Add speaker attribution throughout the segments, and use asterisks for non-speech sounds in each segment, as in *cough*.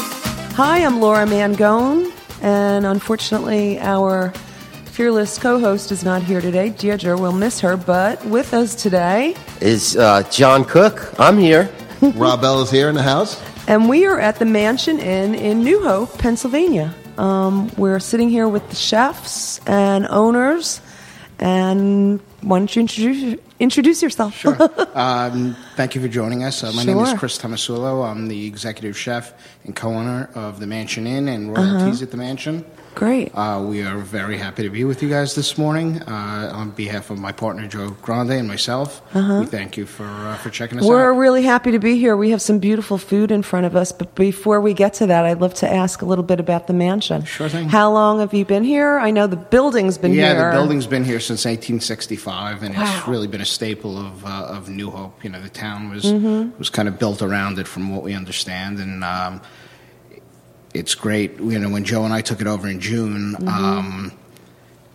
Speaker 1: Hi, I'm Laura Mangone, and unfortunately, our fearless co host is not here today. Deirdre will miss her, but with us today,
Speaker 2: is uh, John Cook. I'm here.
Speaker 3: Rob Bell is here in the house.
Speaker 1: and we are at the Mansion Inn in New Hope, Pennsylvania. Um, we're sitting here with the chefs and owners, and why don't you introduce, introduce yourself?
Speaker 4: Sure. um, thank you for joining us. Uh, my name is
Speaker 1: Sure.
Speaker 4: Chris Tomasulo. I'm the executive chef and co-owner of the Mansion Inn and
Speaker 1: Uh-huh.
Speaker 4: royalties at the Mansion.
Speaker 1: *laughs* Great.
Speaker 4: Uh, we are very happy to be with you guys this morning. Uh, on behalf of my partner Joe Grande and myself, we thank you for uh, for checking us
Speaker 1: Uh-huh. We're
Speaker 4: out.
Speaker 1: really happy to be here. We have some beautiful food in front of us, but before we get to that, I'd love to ask a little bit about the mansion.
Speaker 4: Sure thing.
Speaker 1: How long have you been here? I know the building's been
Speaker 4: yeah,
Speaker 1: here.
Speaker 4: the building's been here since 1865, and
Speaker 1: Wow.
Speaker 4: it's really been a staple of uh, of New Hope. You know, the town was
Speaker 1: Mm-hmm.
Speaker 4: was kind of built around it, from what we understand, and um, it's great. You know, when Joe and I took it over in June,
Speaker 1: Mm-hmm.
Speaker 4: um,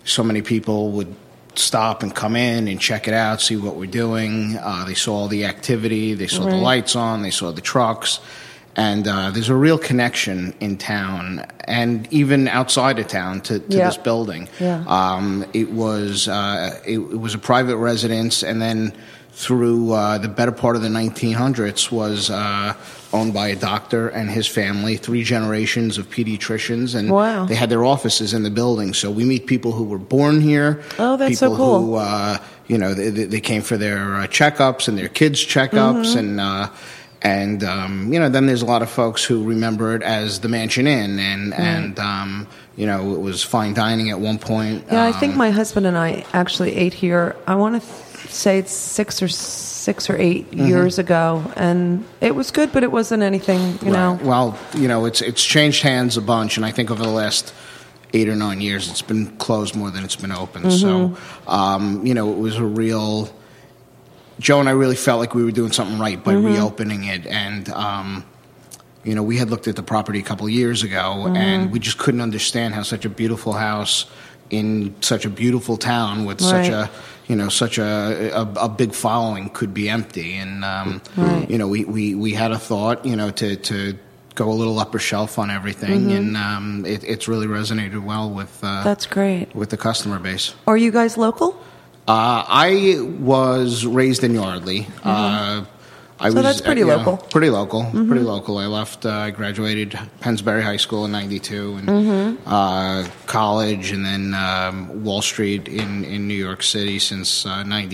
Speaker 4: so many people would stop and come in and check it out, see what we're doing. Uh, they saw all the activity, they saw the lights on, they saw the trucks. And uh, there's a real connection in town and even outside of town to, to
Speaker 1: Yeah.
Speaker 4: this building.
Speaker 1: Yeah.
Speaker 4: Um, it was uh, it, it was a private residence, and then through uh, the better part of the 1900s was uh, owned by a doctor and his family, three generations of pediatricians, and
Speaker 1: Wow.
Speaker 4: they had their offices in the building. So we meet people who were born here.
Speaker 1: Oh, that's so
Speaker 4: people
Speaker 1: cool.
Speaker 4: Who, uh, you know, they, they they came for their uh, checkups and their kids'
Speaker 1: Mm-hmm.
Speaker 4: checkups, and uh, and um, you know, then there's a lot of folks who remember it as the Mansion Inn, and and um, you know, it was fine dining at one point.
Speaker 1: yeah, I
Speaker 4: Um,
Speaker 1: think my husband and I actually ate here. I want to th- say it's six or six or 8
Speaker 4: Mm-hmm.
Speaker 1: years ago, and it was good, but it wasn't anything, you know.
Speaker 4: Right. Well, you know, it's it's changed hands a bunch, and I think over the last eight or nine years, it's been closed more than it's been open.
Speaker 1: Mm-hmm.
Speaker 4: So, um, you know, it was a real. Joe and I really felt like we were doing something right
Speaker 1: Mm-hmm.
Speaker 4: by reopening it, and um, you know, we had looked at the property a couple of years ago,
Speaker 1: Mm-hmm.
Speaker 4: and we just couldn't understand how such a beautiful house in such a beautiful town with such
Speaker 1: Right.
Speaker 4: a you know such a, a a big following could be empty and um
Speaker 1: Right.
Speaker 4: you know we, we we had a thought you know to to go a little upper shelf on everything and um it, it's really resonated well with uh
Speaker 1: That's great.
Speaker 4: with the customer base
Speaker 1: Are you guys local?
Speaker 4: uh, I was raised in Yardley. Uh, I
Speaker 1: Mm-hmm. So
Speaker 4: was,
Speaker 1: that's pretty
Speaker 4: uh, yeah,
Speaker 1: local. Mm-hmm.
Speaker 4: pretty local. Pretty local. I left. Uh, I graduated Pennsbury High School in '92, and
Speaker 1: Mm-hmm.
Speaker 4: uh, college, and then um, Wall Street in, in New York City since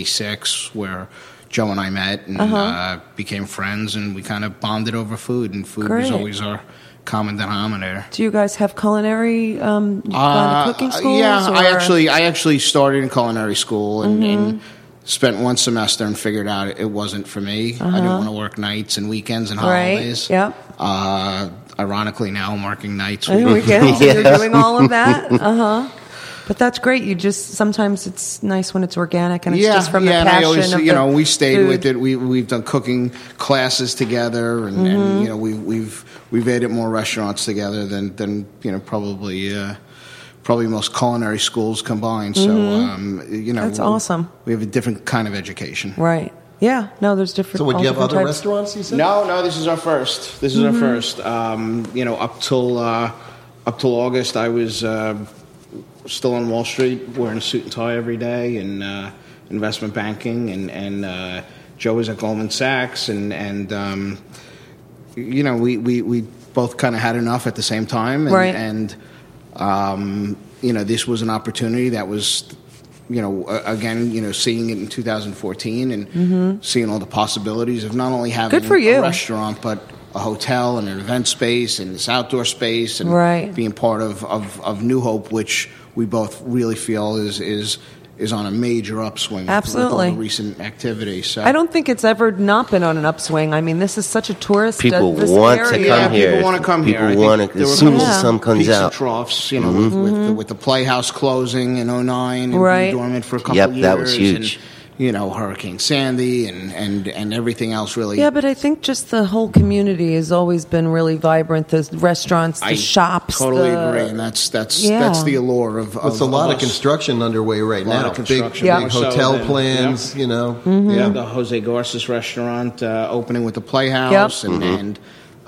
Speaker 4: '96, where Joe and I met
Speaker 1: Uh-huh.
Speaker 4: and uh became friends, and we kind of bonded over food, and food was
Speaker 1: Great.
Speaker 4: always our common denominator.
Speaker 1: Do you guys have culinary? Um, you've gone to cooking
Speaker 4: Uh,
Speaker 1: schools?
Speaker 4: Yeah, I
Speaker 1: or- Mm-hmm.
Speaker 4: actually I actually started in culinary school and, and spent one semester and figured out it wasn't for me. I didn't want to work nights and weekends and
Speaker 1: Uh-huh. Right,
Speaker 4: holidays.
Speaker 1: yep.
Speaker 4: Uh, ironically, now I'm working nights.
Speaker 1: Oh, we
Speaker 4: *laughs*
Speaker 1: get
Speaker 2: Yes.
Speaker 1: it. You're doing all of that. Uh huh. But that's great. You just sometimes it's nice when it's organic and it's
Speaker 4: yeah,
Speaker 1: just from
Speaker 4: yeah,
Speaker 1: the
Speaker 4: and
Speaker 1: passion
Speaker 4: I always,
Speaker 1: of
Speaker 4: you
Speaker 1: the
Speaker 4: know, we stayed
Speaker 1: food.
Speaker 4: with it. We we've done cooking classes together, and,
Speaker 1: Mm-hmm.
Speaker 4: and you know, we we've we've ate at more restaurants together than than you know probably. Uh, Probably most culinary schools combined. So, um, you
Speaker 1: Mm-hmm.
Speaker 4: know,
Speaker 1: That's awesome.
Speaker 4: We have a different kind of education.
Speaker 1: Right. Yeah. No, there's different.
Speaker 3: So, would
Speaker 1: all
Speaker 3: you have
Speaker 1: different
Speaker 3: other
Speaker 1: types.
Speaker 3: restaurants? You said
Speaker 4: No, no, this is our first. This is our first. Um, you know, up till uh, up till August, I was uh, still on Wall Street, wearing a suit and tie every day, and uh, investment banking, and and uh, Joe was at Goldman Sachs, and and um, you know, we we, we both kind of had enough at the same time, and,
Speaker 1: Right.
Speaker 4: and um, you know, this was an opportunity that was. You know, a- again, you know, seeing it in 2014 and seeing all the possibilities of not only having
Speaker 1: Mm-hmm. Good for
Speaker 4: a
Speaker 1: you.
Speaker 4: restaurant, but a hotel and an event space and this outdoor space and
Speaker 1: Right.
Speaker 4: being part of, of, of New Hope, which we both really feel is is is on a major upswing. with- with
Speaker 1: Absolutely.
Speaker 4: all the recent activity. So
Speaker 1: I don't think it's ever not been on an upswing. I mean, this is such a tourist. uh,
Speaker 2: People
Speaker 1: this
Speaker 2: want
Speaker 1: area.
Speaker 2: to come
Speaker 4: yeah,
Speaker 2: here.
Speaker 4: people want to come
Speaker 2: People
Speaker 4: here. I
Speaker 2: wanna-
Speaker 4: think there
Speaker 2: as
Speaker 4: were a
Speaker 2: soon as
Speaker 4: couple
Speaker 1: the
Speaker 2: sun comes
Speaker 4: peaks and
Speaker 2: out. Mm-hmm.
Speaker 4: troughs, you know, with- with, the, with the playhouse closing in 09 and being
Speaker 1: Right.
Speaker 4: dormant for a couple
Speaker 2: Yep,
Speaker 4: years.
Speaker 2: that was huge.
Speaker 4: And, you know, Hurricane Sandy and, and, and everything else really
Speaker 1: Yeah, but I think just the whole community has always been really vibrant. The restaurants, the
Speaker 4: I
Speaker 1: shops,
Speaker 4: Totally
Speaker 1: the-
Speaker 4: agree, and that's that's
Speaker 1: Yeah.
Speaker 4: that's the allure of.
Speaker 3: Well,
Speaker 4: of
Speaker 3: it's a lot of
Speaker 4: us.
Speaker 3: construction underway right
Speaker 4: Lot
Speaker 3: now.
Speaker 4: of construction.
Speaker 3: Big,
Speaker 1: Yeah. Mm-hmm.
Speaker 3: big
Speaker 4: So
Speaker 3: hotel
Speaker 4: then-
Speaker 3: plans. You know.
Speaker 4: Yeah, the Jose Garces restaurant uh, opening with the Playhouse
Speaker 1: Yep.
Speaker 4: and, and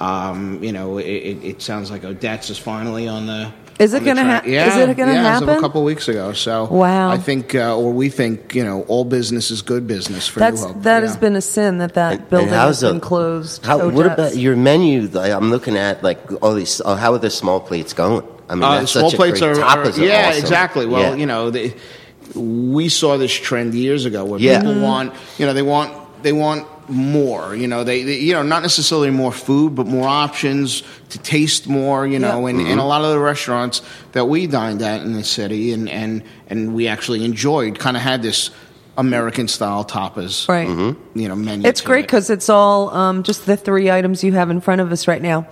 Speaker 4: Um, you know, it, it, it sounds like Odette's is finally on the.
Speaker 1: Is it
Speaker 4: on the
Speaker 1: gonna
Speaker 4: track.
Speaker 1: hap-
Speaker 4: Yeah,
Speaker 1: is it gonna
Speaker 4: yeah, As of
Speaker 1: happen?
Speaker 4: a couple weeks ago, so
Speaker 1: Wow.
Speaker 4: I think, uh, or we think, you know, all business is good business for
Speaker 1: That's
Speaker 4: New Hope.
Speaker 1: that
Speaker 4: yeah.
Speaker 1: has been a sin that
Speaker 2: And-
Speaker 1: that
Speaker 2: and
Speaker 1: building
Speaker 2: how's
Speaker 1: has been
Speaker 2: the-
Speaker 1: closed.
Speaker 2: How, what
Speaker 1: Odette's.
Speaker 2: about your menu? Like, I'm looking at like all these. Oh, how are the small plates going? I mean,
Speaker 4: Uh,
Speaker 2: that's
Speaker 4: small
Speaker 2: such
Speaker 4: plates
Speaker 2: a great
Speaker 4: are, are-
Speaker 2: tapas
Speaker 4: yeah,
Speaker 2: awesome.
Speaker 4: exactly. Well,
Speaker 2: Yeah.
Speaker 4: you know, they, we saw this trend years ago where
Speaker 2: Yeah.
Speaker 4: people
Speaker 1: Mm-hmm.
Speaker 2: Mhm.
Speaker 4: want, you know, they want they want more. You know, they, they you know not necessarily more food, but more options to taste more. You know,
Speaker 1: Yeah.
Speaker 4: and, and a
Speaker 2: Mm-hmm.
Speaker 4: lot of the restaurants that we dined at in the city and and and we actually enjoyed kind of had this American style tapas,
Speaker 1: Right.
Speaker 2: Mm-hmm.
Speaker 4: You know, menu.
Speaker 1: It's
Speaker 4: to
Speaker 1: great
Speaker 4: it.
Speaker 1: because it's all um, just the three items you have in front of us right now.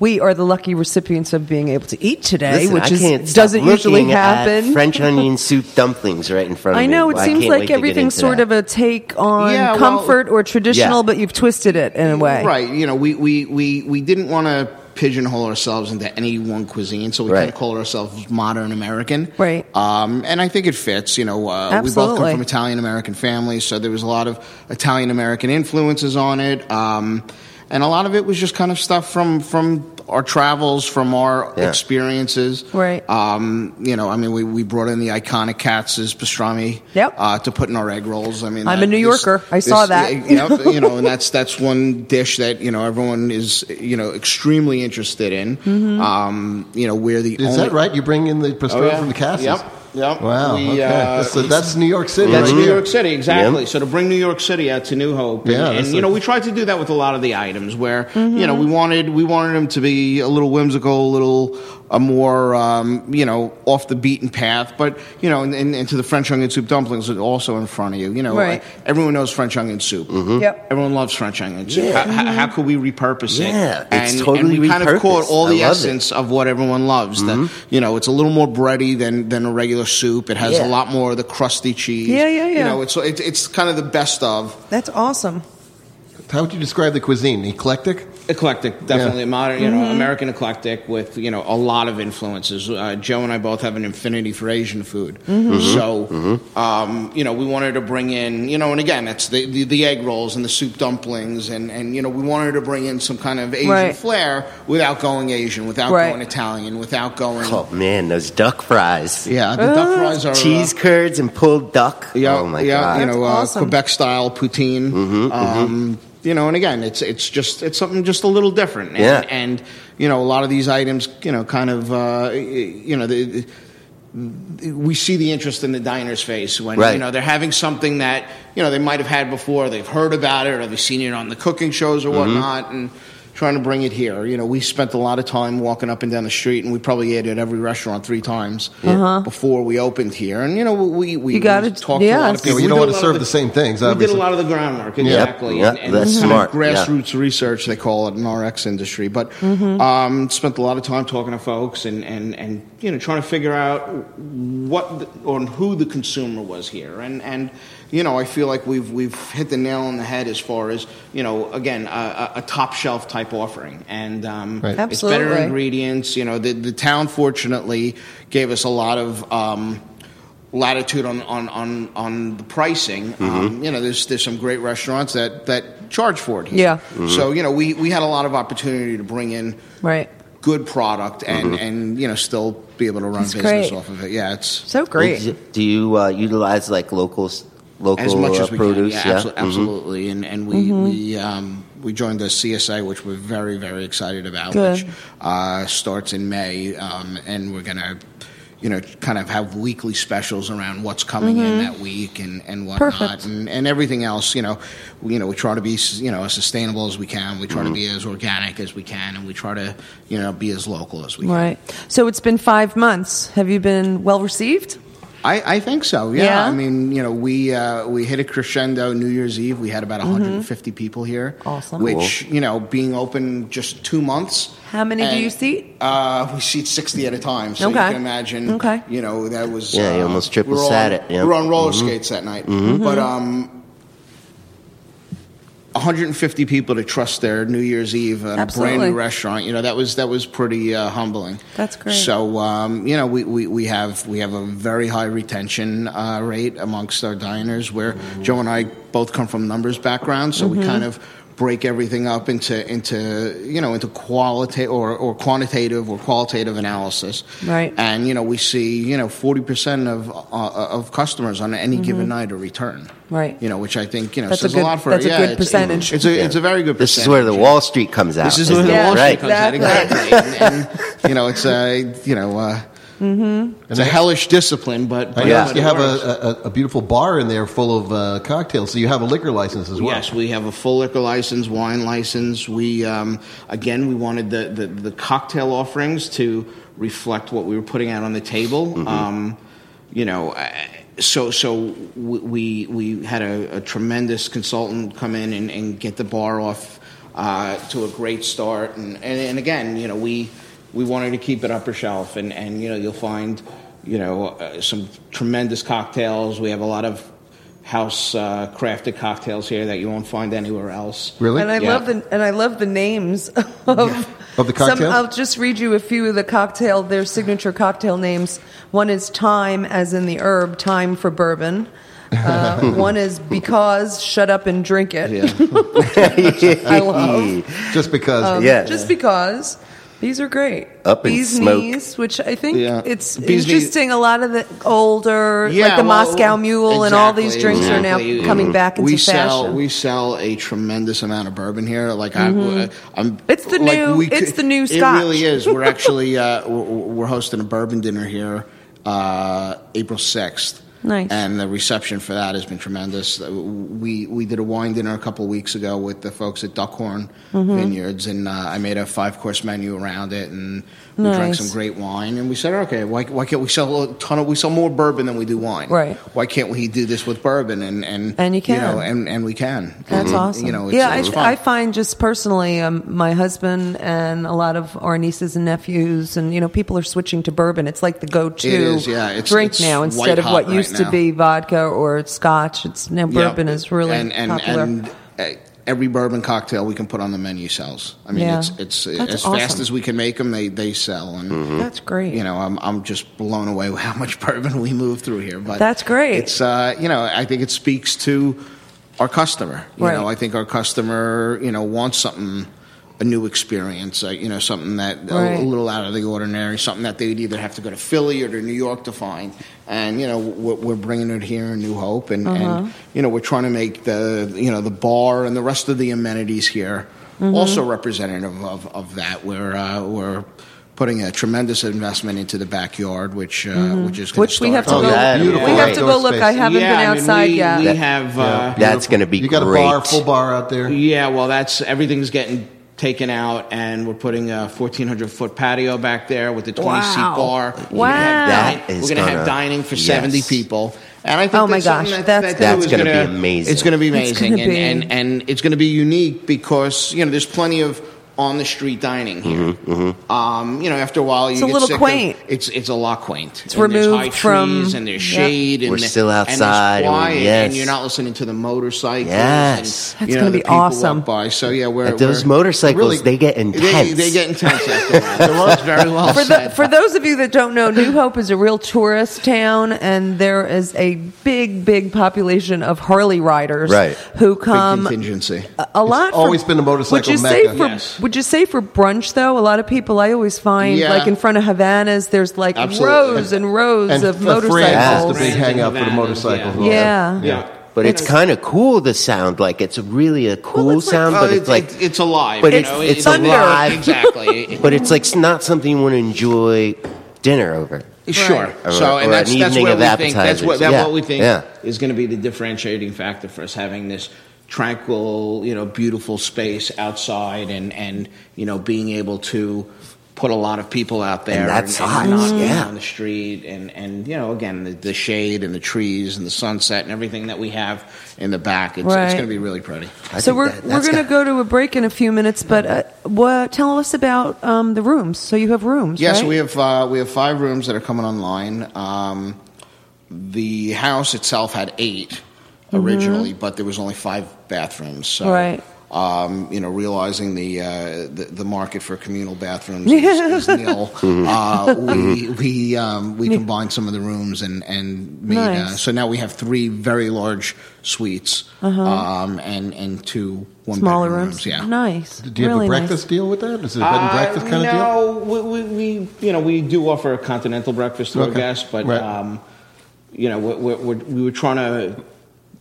Speaker 1: We are the lucky recipients of being able to eat today,
Speaker 2: Listen,
Speaker 1: which
Speaker 2: I can't
Speaker 1: is
Speaker 2: stop
Speaker 1: doesn't usually
Speaker 2: looking at
Speaker 1: happen.
Speaker 2: French onion soup dumplings right in front of
Speaker 1: I
Speaker 2: me.
Speaker 1: know it
Speaker 2: Well, I
Speaker 1: seems
Speaker 2: can't wait
Speaker 1: like
Speaker 2: to get
Speaker 1: everything's
Speaker 2: into
Speaker 1: sort
Speaker 2: that.
Speaker 1: of a take on
Speaker 4: Yeah, well-
Speaker 1: comfort or traditional,
Speaker 2: Yeah.
Speaker 1: but you've twisted it in a way.
Speaker 4: Right. You know, we, we, we, we didn't want to pigeonhole ourselves into any one cuisine, so we kind
Speaker 2: Right.
Speaker 4: of called ourselves modern American.
Speaker 1: Right.
Speaker 4: Um, and I think it fits. You know, uh, we both
Speaker 1: Absolutely.
Speaker 4: come from Italian American families, so there was a lot of Italian American influences on it. Um, and a lot of it was just kind of stuff from, from our travels, from our
Speaker 2: Yeah.
Speaker 4: experiences.
Speaker 1: Right.
Speaker 4: Um, you know, I mean, we, we brought in the iconic Katz's pastrami
Speaker 1: Yep.
Speaker 4: uh, to put in our egg rolls. I mean,
Speaker 1: I'm
Speaker 4: that-
Speaker 1: a New
Speaker 4: this-
Speaker 1: Yorker. I saw
Speaker 4: this-
Speaker 1: that.
Speaker 4: yep, you know, and that's that's one dish that you know everyone is you know extremely interested in.
Speaker 1: Mm-hmm.
Speaker 4: Um, you know, we're the
Speaker 3: Is
Speaker 4: only,
Speaker 3: that right? You bring in the pastrami
Speaker 4: Oh, yeah.
Speaker 3: from the castles.
Speaker 4: Yep, yep.
Speaker 3: Wow.
Speaker 4: We,
Speaker 3: okay.
Speaker 4: uh,
Speaker 3: so that's New York City.
Speaker 4: That's
Speaker 3: right
Speaker 4: New
Speaker 3: there.
Speaker 4: York City, exactly.
Speaker 2: Yeah.
Speaker 4: So to bring New York City out to New Hope, and,
Speaker 3: Yeah,
Speaker 4: and,
Speaker 3: that's
Speaker 4: you know,
Speaker 3: like-
Speaker 4: we tried to do that with a lot of the items where
Speaker 1: Mm-hmm.
Speaker 4: you know we wanted we wanted them to be a little whimsical, a little a more um, you know off the beaten path. But you know, and, and, and to the French onion soup dumplings are also in front of you. You know,
Speaker 1: Right.
Speaker 4: everyone knows French onion soup.
Speaker 3: Mm-hmm.
Speaker 2: Mm-hmm.
Speaker 1: Yep.
Speaker 4: Everyone loves French onion soup.
Speaker 2: Yeah. Mm-hmm.
Speaker 4: How, how, how could we repurpose it?
Speaker 2: Yeah, it's
Speaker 4: and,
Speaker 2: totally
Speaker 4: and we kind of
Speaker 2: repurposed.
Speaker 4: caught all
Speaker 2: I love
Speaker 4: the
Speaker 2: it. Mm-hmm.
Speaker 4: essence of what everyone loves. The- you know, it's a little more bready than than a regular soup. It has
Speaker 2: Yeah.
Speaker 4: a lot more of the crusty cheese.
Speaker 1: Yeah, yeah,
Speaker 4: You
Speaker 1: yeah.
Speaker 4: know, it's it's, it's kind of the best of
Speaker 1: That's awesome.
Speaker 3: How would you describe the cuisine? Eclectic?
Speaker 4: eclectic, definitely
Speaker 3: Yeah.
Speaker 4: modern, you know,
Speaker 1: Mm-hmm.
Speaker 4: American eclectic with you know a lot of influences. Uh, Joe and I both have an infinity for Asian food,
Speaker 1: Mm-hmm.
Speaker 4: so um, you know we wanted to bring in you know, and again it's the, the, the egg rolls and the soup dumplings, and and you know we wanted to bring in some kind of Asian
Speaker 1: Right.
Speaker 4: flair without going Asian, without
Speaker 1: Right.
Speaker 4: going Italian, without going
Speaker 2: Oh man, those duck fries,
Speaker 4: yeah, the duck fries are uh,
Speaker 2: cheese curds, and pulled duck.
Speaker 4: yeah,
Speaker 2: oh my
Speaker 4: yeah,
Speaker 2: god. Mm-hmm,
Speaker 4: you know, uh,
Speaker 1: That's awesome.
Speaker 4: Quebec style poutine. um, You know, and again, it's it's just it's something just a little different. And,
Speaker 2: Yeah.
Speaker 4: and you know, a lot of these items, you know, kind of, uh, you know, the, the- we see the interest in the diner's face when you
Speaker 2: Right.
Speaker 4: know they're having something that you know they might have had before, they've heard about it, or they've seen it on the cooking shows or
Speaker 2: Mm-hmm.
Speaker 4: whatnot, and. Trying to bring it here, you know. We spent a lot of time walking up and down the street, and we probably ate at every restaurant three times before we opened here. And you know, we we
Speaker 1: You gotta-
Speaker 4: we talked to a lot
Speaker 1: yes.
Speaker 4: of
Speaker 3: Yeah,
Speaker 4: people.
Speaker 3: well,
Speaker 4: We
Speaker 3: you
Speaker 4: did
Speaker 3: don't
Speaker 4: a
Speaker 3: want to
Speaker 4: lot
Speaker 3: serve
Speaker 4: of
Speaker 3: the same things,
Speaker 4: We did a
Speaker 3: obviously.
Speaker 4: lot of the groundwork, exactly.
Speaker 2: yeah,
Speaker 4: and, and
Speaker 2: that's
Speaker 4: kind
Speaker 2: smart,
Speaker 4: of
Speaker 2: yeah.
Speaker 4: grassroots research, they call it in our X industry. But um, spent a lot of time talking to folks and, and, and you know trying to figure out what the, or who the consumer was here. And, and you know, I feel like we've we've hit the nail on the head as far as you know, again, a, a a top shelf type offering, and um,
Speaker 3: Right.
Speaker 4: it's better
Speaker 1: Absolutely.
Speaker 4: ingredients. You know, the the town fortunately gave us a lot of. Um, latitude on on on, on the pricing. Um, you know, there's there's some great restaurants that that charge for it. here.
Speaker 1: Yeah.
Speaker 4: So you know, we we had a lot of opportunity to bring in
Speaker 1: Right.
Speaker 4: good product and and you know still be able to run
Speaker 1: That's
Speaker 4: business
Speaker 1: great.
Speaker 4: off of it. Yeah, it's
Speaker 1: So great.
Speaker 2: Do you uh, utilize like locals, local
Speaker 4: as much
Speaker 2: uh,
Speaker 4: as we
Speaker 2: produce?
Speaker 4: can. Yeah, abso-
Speaker 2: Mhm.
Speaker 4: absolutely. And and we we um, we joined the CSA, which we're very very excited about,
Speaker 1: Good.
Speaker 4: which uh, starts in May, um, and we're gonna. You know, kind of have weekly specials around what's coming in that week and and whatnot,
Speaker 1: Perfect.
Speaker 4: and and everything else. You know, we, you know, we try to be s- you know as sustainable as we can. We try to be as organic as we can, and we try to you know be as local as we can.
Speaker 1: Right. So it's been five months. Have you been well received?
Speaker 4: I, I think so. Yeah.
Speaker 1: Yeah?
Speaker 4: I mean, you know, we uh, we hit a crescendo New Year's Eve. We had about 150 people here.
Speaker 1: Mm-hmm. Awesome.
Speaker 4: Which you know, being open just two months.
Speaker 1: How many do
Speaker 4: and,
Speaker 1: you seat?
Speaker 4: Uh, we seat 60 at a time. So
Speaker 1: Okay.
Speaker 4: you can imagine.
Speaker 1: Okay.
Speaker 4: You know, that was
Speaker 2: Yeah, you
Speaker 4: uh,
Speaker 2: almost triple
Speaker 4: we were
Speaker 2: sat
Speaker 4: on,
Speaker 2: it, yeah. Mm-hmm.
Speaker 4: We were on roller skates that night.
Speaker 1: Mm-hmm.
Speaker 4: But um, 150 people to trust their New Year's Eve at a brand
Speaker 1: Absolutely.
Speaker 4: new restaurant. You know that was that was pretty uh, humbling.
Speaker 1: That's great.
Speaker 4: So um, you know we, we, we have we have a very high retention uh,
Speaker 1: Mm-hmm.
Speaker 4: rate amongst our diners. Where Joe and I both come from numbers backgrounds, so we kind of break everything up into into you know into qualitative or, or quantitative or qualitative analysis.
Speaker 1: Right.
Speaker 4: And you know we see you know forty percent of uh, of customers on any given night are return.
Speaker 1: Mm-hmm. Right.
Speaker 4: You know, which I think you know
Speaker 1: That's a
Speaker 4: says
Speaker 1: good-
Speaker 4: lot for
Speaker 1: that's a
Speaker 4: yeah,
Speaker 1: good
Speaker 4: it's-
Speaker 1: percentage.
Speaker 4: It's, a it's a very good.
Speaker 2: This
Speaker 4: percentage.
Speaker 2: is where the Wall Street comes out.
Speaker 4: This is where
Speaker 2: isn't
Speaker 4: the
Speaker 2: it?
Speaker 4: Wall Street
Speaker 2: right.
Speaker 4: comes out exactly. and, and, you know, it's a you know, uh, it's a hellish discipline, but,
Speaker 3: I
Speaker 4: but
Speaker 2: Mm-hmm. Yeah.
Speaker 3: noticed
Speaker 4: but
Speaker 3: you
Speaker 4: it
Speaker 3: have
Speaker 4: works.
Speaker 3: a, a, a beautiful bar in there full of uh, cocktails, so you have a liquor license as well.
Speaker 4: Yes, we have a full liquor license, wine license. We um, again, we wanted the, the the cocktail offerings to reflect what we were putting out on the table.
Speaker 3: Mm-hmm.
Speaker 4: Um, you know, uh, so so we we we had a, a tremendous consultant come in and, and get the bar off uh, to a great start, and, and and again, you know, we we wanted to keep it upper shelf, and and you know, you'll find. You know, uh, some tremendous cocktails. We have a lot of house uh, crafted cocktails here that you won't find anywhere else.
Speaker 3: Really?
Speaker 1: And I
Speaker 4: Yeah.
Speaker 1: love the and I love the names *laughs* of,
Speaker 3: Of the cocktails?
Speaker 1: Some, I'll just read you a few of the cocktail their signature cocktail names. One is time, as in the herb, time for bourbon.
Speaker 4: *laughs*
Speaker 1: Uh, one is because shut up and drink it.
Speaker 2: *laughs*
Speaker 1: I love.
Speaker 3: Just because.
Speaker 1: Oh. *laughs*
Speaker 2: Yes.
Speaker 1: Just because these are great.
Speaker 2: Up in
Speaker 1: Bees
Speaker 2: smoke.
Speaker 1: knees, which I think
Speaker 4: Yeah.
Speaker 1: it's
Speaker 4: Bees knees-
Speaker 1: interesting. A lot of the older, like
Speaker 4: Yeah,
Speaker 1: the
Speaker 4: well,
Speaker 1: Moscow Mule, and all these
Speaker 4: exactly,
Speaker 1: drinks are
Speaker 4: exactly.
Speaker 1: now coming back into
Speaker 4: we
Speaker 1: fashion.
Speaker 4: sell we sell a tremendous amount of bourbon here. Like I, I'm,
Speaker 1: Mm-hmm. It's the
Speaker 4: like
Speaker 1: new- it's the new
Speaker 4: It really
Speaker 1: scotch. *laughs*
Speaker 4: is. We're actually uh, we're, we're hosting a bourbon dinner here, uh, April sixth.
Speaker 1: Nice.
Speaker 4: And the reception for that has been tremendous. Uh, We we did a wine dinner a couple weeks ago with the folks at Duckhorn
Speaker 1: Mm-hmm.
Speaker 4: Vineyards, and uh, I made a five course menu around it, and we drank
Speaker 1: Nice.
Speaker 4: some great wine. And we said, okay, why, why can't we sell a ton of we sell more bourbon than we do wine?
Speaker 1: Right.
Speaker 4: Why can't we do this with bourbon and and
Speaker 1: And you
Speaker 4: know,
Speaker 1: can.
Speaker 4: and and we can.
Speaker 1: That's
Speaker 4: And,
Speaker 1: awesome.
Speaker 4: Mm-hmm. You know, it's,
Speaker 1: yeah,
Speaker 4: it's
Speaker 1: I,
Speaker 4: fun.
Speaker 1: I find just personally, um, my husband and a lot of our nieces and nephews, and you know, people are switching to bourbon. It's like the go-to
Speaker 4: It is, yeah. It's-
Speaker 1: drink
Speaker 4: it's
Speaker 1: now instead of
Speaker 4: white
Speaker 1: what
Speaker 4: hot right
Speaker 1: used to
Speaker 4: now.
Speaker 1: be vodka or scotch. It's now
Speaker 4: Yeah.
Speaker 1: bourbon is really
Speaker 4: and, and,
Speaker 1: popular.
Speaker 4: And, uh, Every bourbon cocktail we can put on the menu sells. I mean,
Speaker 1: Yeah.
Speaker 4: it's it's
Speaker 1: That's
Speaker 4: as
Speaker 1: awesome.
Speaker 4: fast as we can make them. They they sell, and
Speaker 1: That's great.
Speaker 4: you know, I'm I'm just blown away *laughs* with how much bourbon we move through here. But
Speaker 1: That's great.
Speaker 4: It's uh, you know, I think it speaks to our customer. You
Speaker 1: Right.
Speaker 4: know, I think our customer, you know, wants something a new experience, uh, you know, something that
Speaker 1: Right.
Speaker 4: a, little out of the ordinary, something that they'd either have to go to Philly or to New York to find. And you know, we're, we're bringing it here in New Hope, and,
Speaker 1: Uh-huh.
Speaker 4: and you know, we're trying to make the you know the bar and the rest of the amenities here
Speaker 1: Mm-hmm.
Speaker 4: also representative of, of that. We're uh, we're putting a tremendous investment into the backyard, which uh, which is gonna
Speaker 1: Mm-hmm. Which we
Speaker 4: start
Speaker 1: have to
Speaker 4: from-
Speaker 2: Oh,
Speaker 1: go.
Speaker 2: that
Speaker 1: we
Speaker 2: is
Speaker 1: have to
Speaker 3: great.
Speaker 1: go look. I haven't
Speaker 4: Yeah,
Speaker 1: been
Speaker 4: I mean,
Speaker 1: outside
Speaker 4: we-
Speaker 1: yet.
Speaker 4: We have. Uh,
Speaker 2: That's going to be
Speaker 3: You got
Speaker 2: great.
Speaker 3: a bar, full bar out there.
Speaker 4: Yeah, well, that's everything's getting taken out, and we're putting a 1,400 foot patio back there with a 20 seat
Speaker 1: Wow.
Speaker 4: bar.
Speaker 1: Wow.
Speaker 2: That
Speaker 4: we're
Speaker 2: is
Speaker 4: gonna have
Speaker 2: gonna-
Speaker 4: dining for
Speaker 2: yes.
Speaker 4: 70 people. And I think
Speaker 1: Oh my
Speaker 4: that's something
Speaker 1: gosh,
Speaker 4: that,
Speaker 1: that's
Speaker 4: that too
Speaker 2: That's
Speaker 4: is
Speaker 2: gonna be
Speaker 4: gonna-
Speaker 2: amazing.
Speaker 4: It's going to be
Speaker 1: It's
Speaker 4: amazing,
Speaker 1: gonna be-
Speaker 4: and, and and it's going to be unique because you know there's plenty of on the street dining here. Um, you know, after a while,
Speaker 1: Mm-hmm,
Speaker 4: you
Speaker 1: It's a
Speaker 4: get
Speaker 1: little
Speaker 4: sick of-
Speaker 1: quaint.
Speaker 4: it's it's a lot quaint. It's
Speaker 1: removed
Speaker 4: high
Speaker 1: from-
Speaker 4: trees and there's
Speaker 1: Yep.
Speaker 4: shade, and
Speaker 2: We're
Speaker 4: the-
Speaker 2: still
Speaker 4: and there's
Speaker 2: outside, and we-
Speaker 4: quiet,
Speaker 2: yes.
Speaker 4: and you're not listening to the motorcycles.
Speaker 2: Yes.
Speaker 1: That's
Speaker 4: and, you know,
Speaker 1: gonna
Speaker 4: the
Speaker 1: be
Speaker 4: people walk
Speaker 1: awesome.
Speaker 4: By. So yeah, we're
Speaker 2: Those
Speaker 4: we're-
Speaker 2: motorcycles,
Speaker 3: really-
Speaker 2: they get
Speaker 4: they,
Speaker 2: intense.
Speaker 4: they get intense after that.
Speaker 2: *laughs*
Speaker 4: The road's very well
Speaker 1: for, the,
Speaker 4: set.
Speaker 1: for those of you that don't know, New Hope is a real tourist town, and there is a big, big population of Harley riders
Speaker 2: Right.
Speaker 1: who
Speaker 4: Big
Speaker 1: come
Speaker 4: contingency.
Speaker 1: a- a lot. for-
Speaker 3: always been a motorcycle
Speaker 1: Would you say
Speaker 3: mecca.
Speaker 1: for
Speaker 4: Yes.
Speaker 1: Would you say for brunch though? A lot of people I always find
Speaker 4: Yeah.
Speaker 1: like in front of Havanas, there's like
Speaker 4: Absolutely.
Speaker 1: rows and rows
Speaker 3: and
Speaker 1: of
Speaker 3: France is
Speaker 1: motorcycles.
Speaker 3: the big
Speaker 4: Friends and
Speaker 3: hangout for the
Speaker 4: Havana,
Speaker 3: motorcycles.
Speaker 4: yeah.
Speaker 1: Yeah.
Speaker 2: but it's kind of cool, the sound. Like, it's really a cool
Speaker 1: Well, it's like-
Speaker 2: sound,
Speaker 4: Oh,
Speaker 2: but it's like.
Speaker 4: it's, it's alive.
Speaker 2: but
Speaker 4: you
Speaker 2: it's-
Speaker 4: know,
Speaker 2: it's
Speaker 1: Thunder.
Speaker 2: alive.
Speaker 1: *laughs*
Speaker 4: Exactly.
Speaker 2: but it's like not something you want to enjoy dinner over.
Speaker 4: Sure.
Speaker 2: Or-
Speaker 4: so,
Speaker 2: or
Speaker 4: and that's,
Speaker 2: an
Speaker 4: that's
Speaker 2: evening
Speaker 4: what
Speaker 2: of
Speaker 4: we think. That's what, that,
Speaker 2: appetizers.
Speaker 4: what we think
Speaker 2: Yeah.
Speaker 4: is going to be the differentiating factor for us having this tranquil, you know, beautiful space outside, and and you know, being able to put a lot of people out there
Speaker 2: And that's hot,
Speaker 4: not being
Speaker 2: yeah.
Speaker 4: on the street, and and you know, again, the, the shade and the trees and the sunset and everything that we have in the back. It's,
Speaker 1: Right.
Speaker 4: it's going to be really pretty.
Speaker 2: I
Speaker 1: So
Speaker 2: think
Speaker 1: we're
Speaker 2: that-
Speaker 1: we're
Speaker 2: that's
Speaker 1: going to
Speaker 2: got-
Speaker 1: go to a break in a few minutes, but uh, what? Tell us about um, the rooms. So you have rooms.
Speaker 4: Yes,
Speaker 1: right?
Speaker 4: we have uh, we have five rooms that are coming online. Um, the house itself had eight originally, but there was only five bathrooms. So
Speaker 1: Mm-hmm. Right.
Speaker 4: Um, you know, realizing the, uh, the the market for communal
Speaker 1: *laughs*
Speaker 4: bathrooms is, is nil, uh, we we um, we combined some of the rooms and and made uh,
Speaker 1: Nice.
Speaker 4: so now we have three very large suites um, and and two
Speaker 1: Uh-huh.
Speaker 4: one
Speaker 1: Smaller
Speaker 4: bedroom
Speaker 1: rooms.
Speaker 4: Yeah,
Speaker 1: Nice.
Speaker 3: Do you
Speaker 1: really
Speaker 3: have a
Speaker 1: nice.
Speaker 3: breakfast deal with that? Is it a bed and breakfast kind of deal?
Speaker 4: of deal? Uh, No, we, we, we you know we do offer a continental breakfast to our
Speaker 3: Okay.
Speaker 4: guests, but
Speaker 3: Right.
Speaker 4: um, you know we're, we're, we were trying to,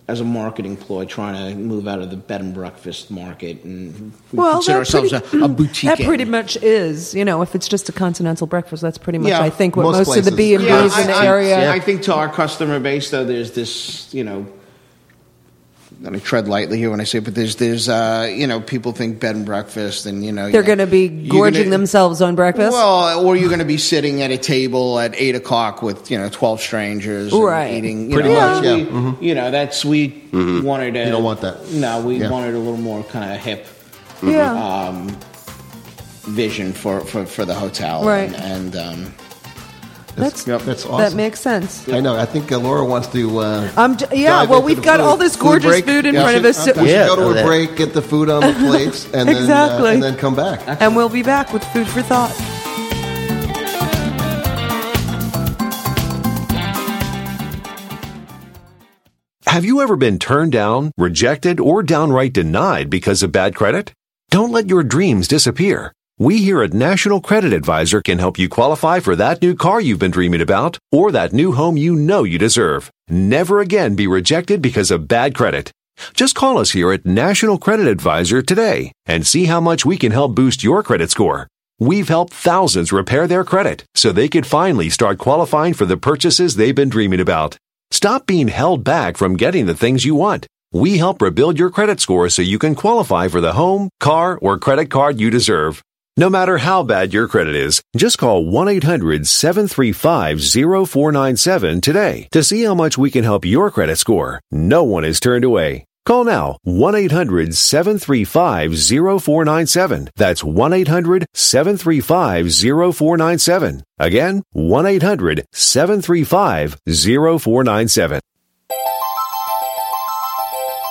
Speaker 4: as a marketing ploy, trying to move out of the bed and breakfast market, and we
Speaker 1: *clears throat*
Speaker 4: consider
Speaker 1: that
Speaker 4: ourselves
Speaker 1: pretty-
Speaker 4: a, a boutique.
Speaker 1: That pretty
Speaker 4: inn.
Speaker 1: much is, you know, if it's just a continental breakfast, that's pretty much,
Speaker 4: Yeah,
Speaker 1: I think, what
Speaker 3: most
Speaker 1: most, of the
Speaker 3: places.
Speaker 1: B and
Speaker 4: Yeah,
Speaker 1: B's in the
Speaker 4: I, I-
Speaker 1: area.
Speaker 4: I think to our customer base, though, there's this, you know, I'm going to tread lightly here when I say, it, but there's, there's, uh, you know, people think bed and breakfast, and you know,
Speaker 1: They're
Speaker 4: you
Speaker 1: going
Speaker 4: know,
Speaker 1: to be
Speaker 4: you're
Speaker 1: gorging
Speaker 4: gonna-
Speaker 1: themselves on breakfast.
Speaker 4: Well, or you're going to be sitting at a table at eight o'clock with you know twelve strangers, and
Speaker 1: Right.
Speaker 4: eating. You
Speaker 3: Pretty
Speaker 4: know,
Speaker 3: much,
Speaker 4: we-
Speaker 3: yeah. Mm-hmm.
Speaker 4: You know, that's we wanted. A,
Speaker 3: You don't want that.
Speaker 4: No, we
Speaker 3: Yeah.
Speaker 4: wanted a little more kind of hip
Speaker 3: Mm-hmm.
Speaker 1: yeah.
Speaker 3: Ah,
Speaker 4: vision for for, for the hotel,
Speaker 1: Right.
Speaker 4: And, and um,
Speaker 1: that's,
Speaker 3: Yep, that's awesome.
Speaker 1: That makes sense.
Speaker 3: I know. I think uh, Laura wants to. Uh,
Speaker 1: Um, d- yeah,
Speaker 3: dive
Speaker 1: well,
Speaker 3: into
Speaker 1: we've
Speaker 3: the
Speaker 1: got
Speaker 3: food.
Speaker 1: all this gorgeous
Speaker 3: break.
Speaker 1: food in
Speaker 3: Yeah.
Speaker 1: front of us, so-
Speaker 3: We should
Speaker 2: Yeah,
Speaker 3: go to a
Speaker 2: that-
Speaker 3: break, get the food
Speaker 1: *laughs*
Speaker 3: on the plates, and then uh,
Speaker 1: Exactly.
Speaker 3: and then come back.
Speaker 1: and we'll be back with food for thought.
Speaker 5: Have you ever been turned down, rejected, or downright denied because of bad credit? Don't let your dreams disappear. We here at National Credit Advisor can help you qualify for that new car you've been dreaming about or that new home you know you deserve. Never again be rejected because of bad credit. Just call us here at National Credit Advisor today and see how much we can help boost your credit score. We've helped thousands repair their credit so they could finally start qualifying for the purchases they've been dreaming about. Stop being held back from getting the things you want. We help rebuild your credit score so you can qualify for the home, car, or credit card you deserve. No matter how bad your credit is, just call 1 800 735 0497 today to see how much we can help your credit score. No one is turned away. Call now 1 800 735 0497. That's 1 800 735 0497. Again, 1 800 735 0497.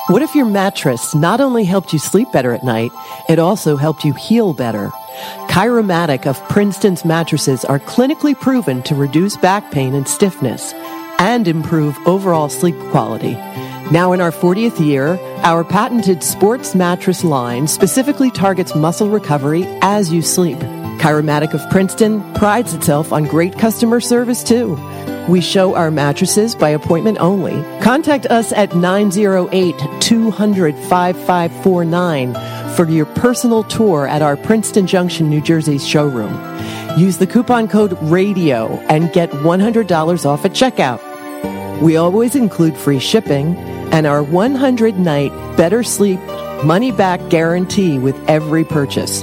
Speaker 6: What if your mattress not only helped you sleep better at night, it also helped you heal better? Chiromatic of Princeton's mattresses are clinically proven to reduce back pain and stiffness and improve overall sleep quality. Now in our 40th year, our patented sports mattress line specifically targets muscle recovery as you sleep. Chiromatic of Princeton prides itself on great customer service too. We show our mattresses by appointment only. Contact us at 908 200 5549 for your personal tour at our Princeton Junction, New Jersey showroom. Use the coupon code RADIO and get $100 off at checkout. We always include free shipping and our 100 night better sleep money back guarantee with every purchase.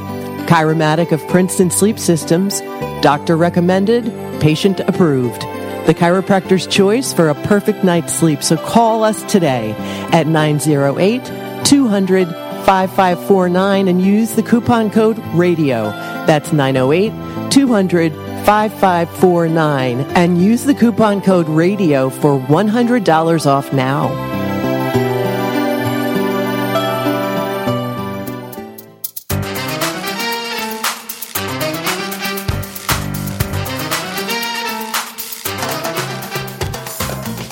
Speaker 6: Chiromatic of Princeton Sleep Systems, doctor recommended, patient approved. The chiropractor's choice for a perfect night's sleep. So call us today at 908 200 5549 and use the coupon code RADIO. That's 908 200 5549 and use the coupon code radio for $100 off now.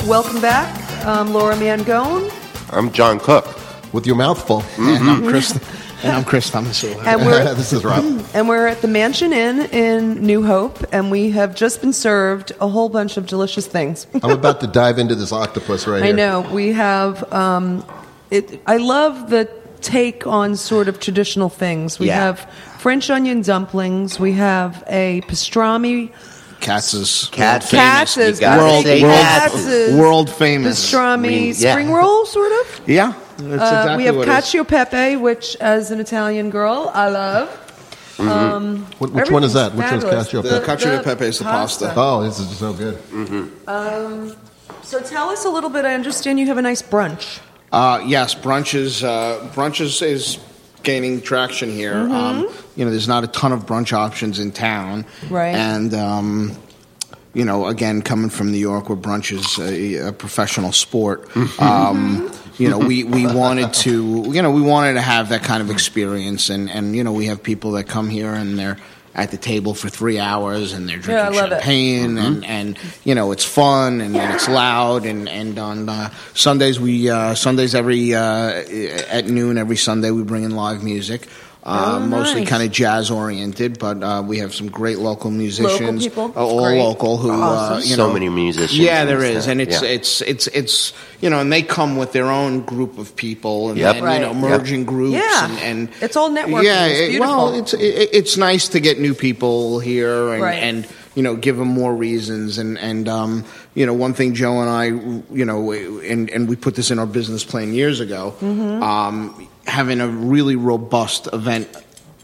Speaker 1: Welcome back, um, Laura Mangone,
Speaker 2: I'm John Cook.
Speaker 3: With your mouth full.
Speaker 4: and I'm Chris, and I'm Chris Thomas.
Speaker 1: *laughs*
Speaker 3: *laughs*
Speaker 1: and we're
Speaker 3: this is Rob.
Speaker 1: and we're at the Mansion Inn in New Hope, and we have just been served a whole bunch of delicious things.
Speaker 3: I'm about to dive into this octopus right
Speaker 1: I
Speaker 3: here.
Speaker 1: know we have. Um, it. I love the take on sort of traditional things. We
Speaker 2: Yeah.
Speaker 1: have French onion dumplings. We have a pastrami
Speaker 4: Cats is
Speaker 2: Cats.
Speaker 1: Cats is-
Speaker 2: You gotta
Speaker 1: World-
Speaker 2: say
Speaker 1: world-
Speaker 2: cats.
Speaker 1: Cats is-
Speaker 4: world famous.
Speaker 1: pastrami
Speaker 2: mean, yeah.
Speaker 1: spring roll, sort of.
Speaker 4: Yeah, that's
Speaker 1: Uh, we have
Speaker 4: what it is.
Speaker 1: cacio e pepe, which, as an Italian girl, I love. Um,
Speaker 3: Wh- which one is that? Which
Speaker 1: everything's fabulous.
Speaker 3: one's cacio e
Speaker 4: Mm-hmm. The
Speaker 3: pepe?
Speaker 4: cacio e pepe is the pasta.
Speaker 3: Oh, this is so good. Oh.
Speaker 1: So tell us a little bit. I understand you have a nice brunch.
Speaker 4: Uh, yes, brunches. Uh, brunches is gaining traction here. Um, you know, there's not a ton of brunch options in town,
Speaker 1: Right.
Speaker 4: And um, you know, again, coming from New York where brunch is a, a professional sport, um, you know, we, we wanted to, you know, we wanted to have that kind of experience. And, and, you know, we have people that come here and they're at the table for three hours and they're
Speaker 1: Yeah, I
Speaker 4: drinking
Speaker 1: love it.
Speaker 4: champagne and, and, you know, it's fun and, and it's loud. And, and on uh, Sundays, we, uh, Sundays every, uh, at noon every Sunday, we bring in live music. Uh,
Speaker 1: Oh,
Speaker 4: Mostly
Speaker 1: nice.
Speaker 4: kind of jazz oriented, but uh, we have some great local musicians,
Speaker 1: people?
Speaker 4: uh, all
Speaker 1: Great.
Speaker 4: local who uh,
Speaker 1: Awesome.
Speaker 4: you
Speaker 2: So
Speaker 4: know-
Speaker 2: many musicians
Speaker 4: Yeah,
Speaker 2: in
Speaker 4: there
Speaker 2: this
Speaker 4: is,
Speaker 2: town.
Speaker 4: and it's
Speaker 2: Yeah.
Speaker 4: it's it's it's you know, and they come with their own group of people, and,
Speaker 2: Yep.
Speaker 4: and, you know,
Speaker 1: Right.
Speaker 4: merging groups,
Speaker 1: Yeah.
Speaker 4: and, and
Speaker 1: It's all networking.
Speaker 4: Yeah,
Speaker 1: It's
Speaker 4: it-
Speaker 1: beautiful.
Speaker 4: well, it's it, it's nice to get new people here, and,
Speaker 1: Right.
Speaker 4: and you know, give them more reasons, and and um, you know, one thing Joe and I, you know, and and we put this in our business plan years ago,
Speaker 1: Mm-hmm.
Speaker 4: um, having a really robust event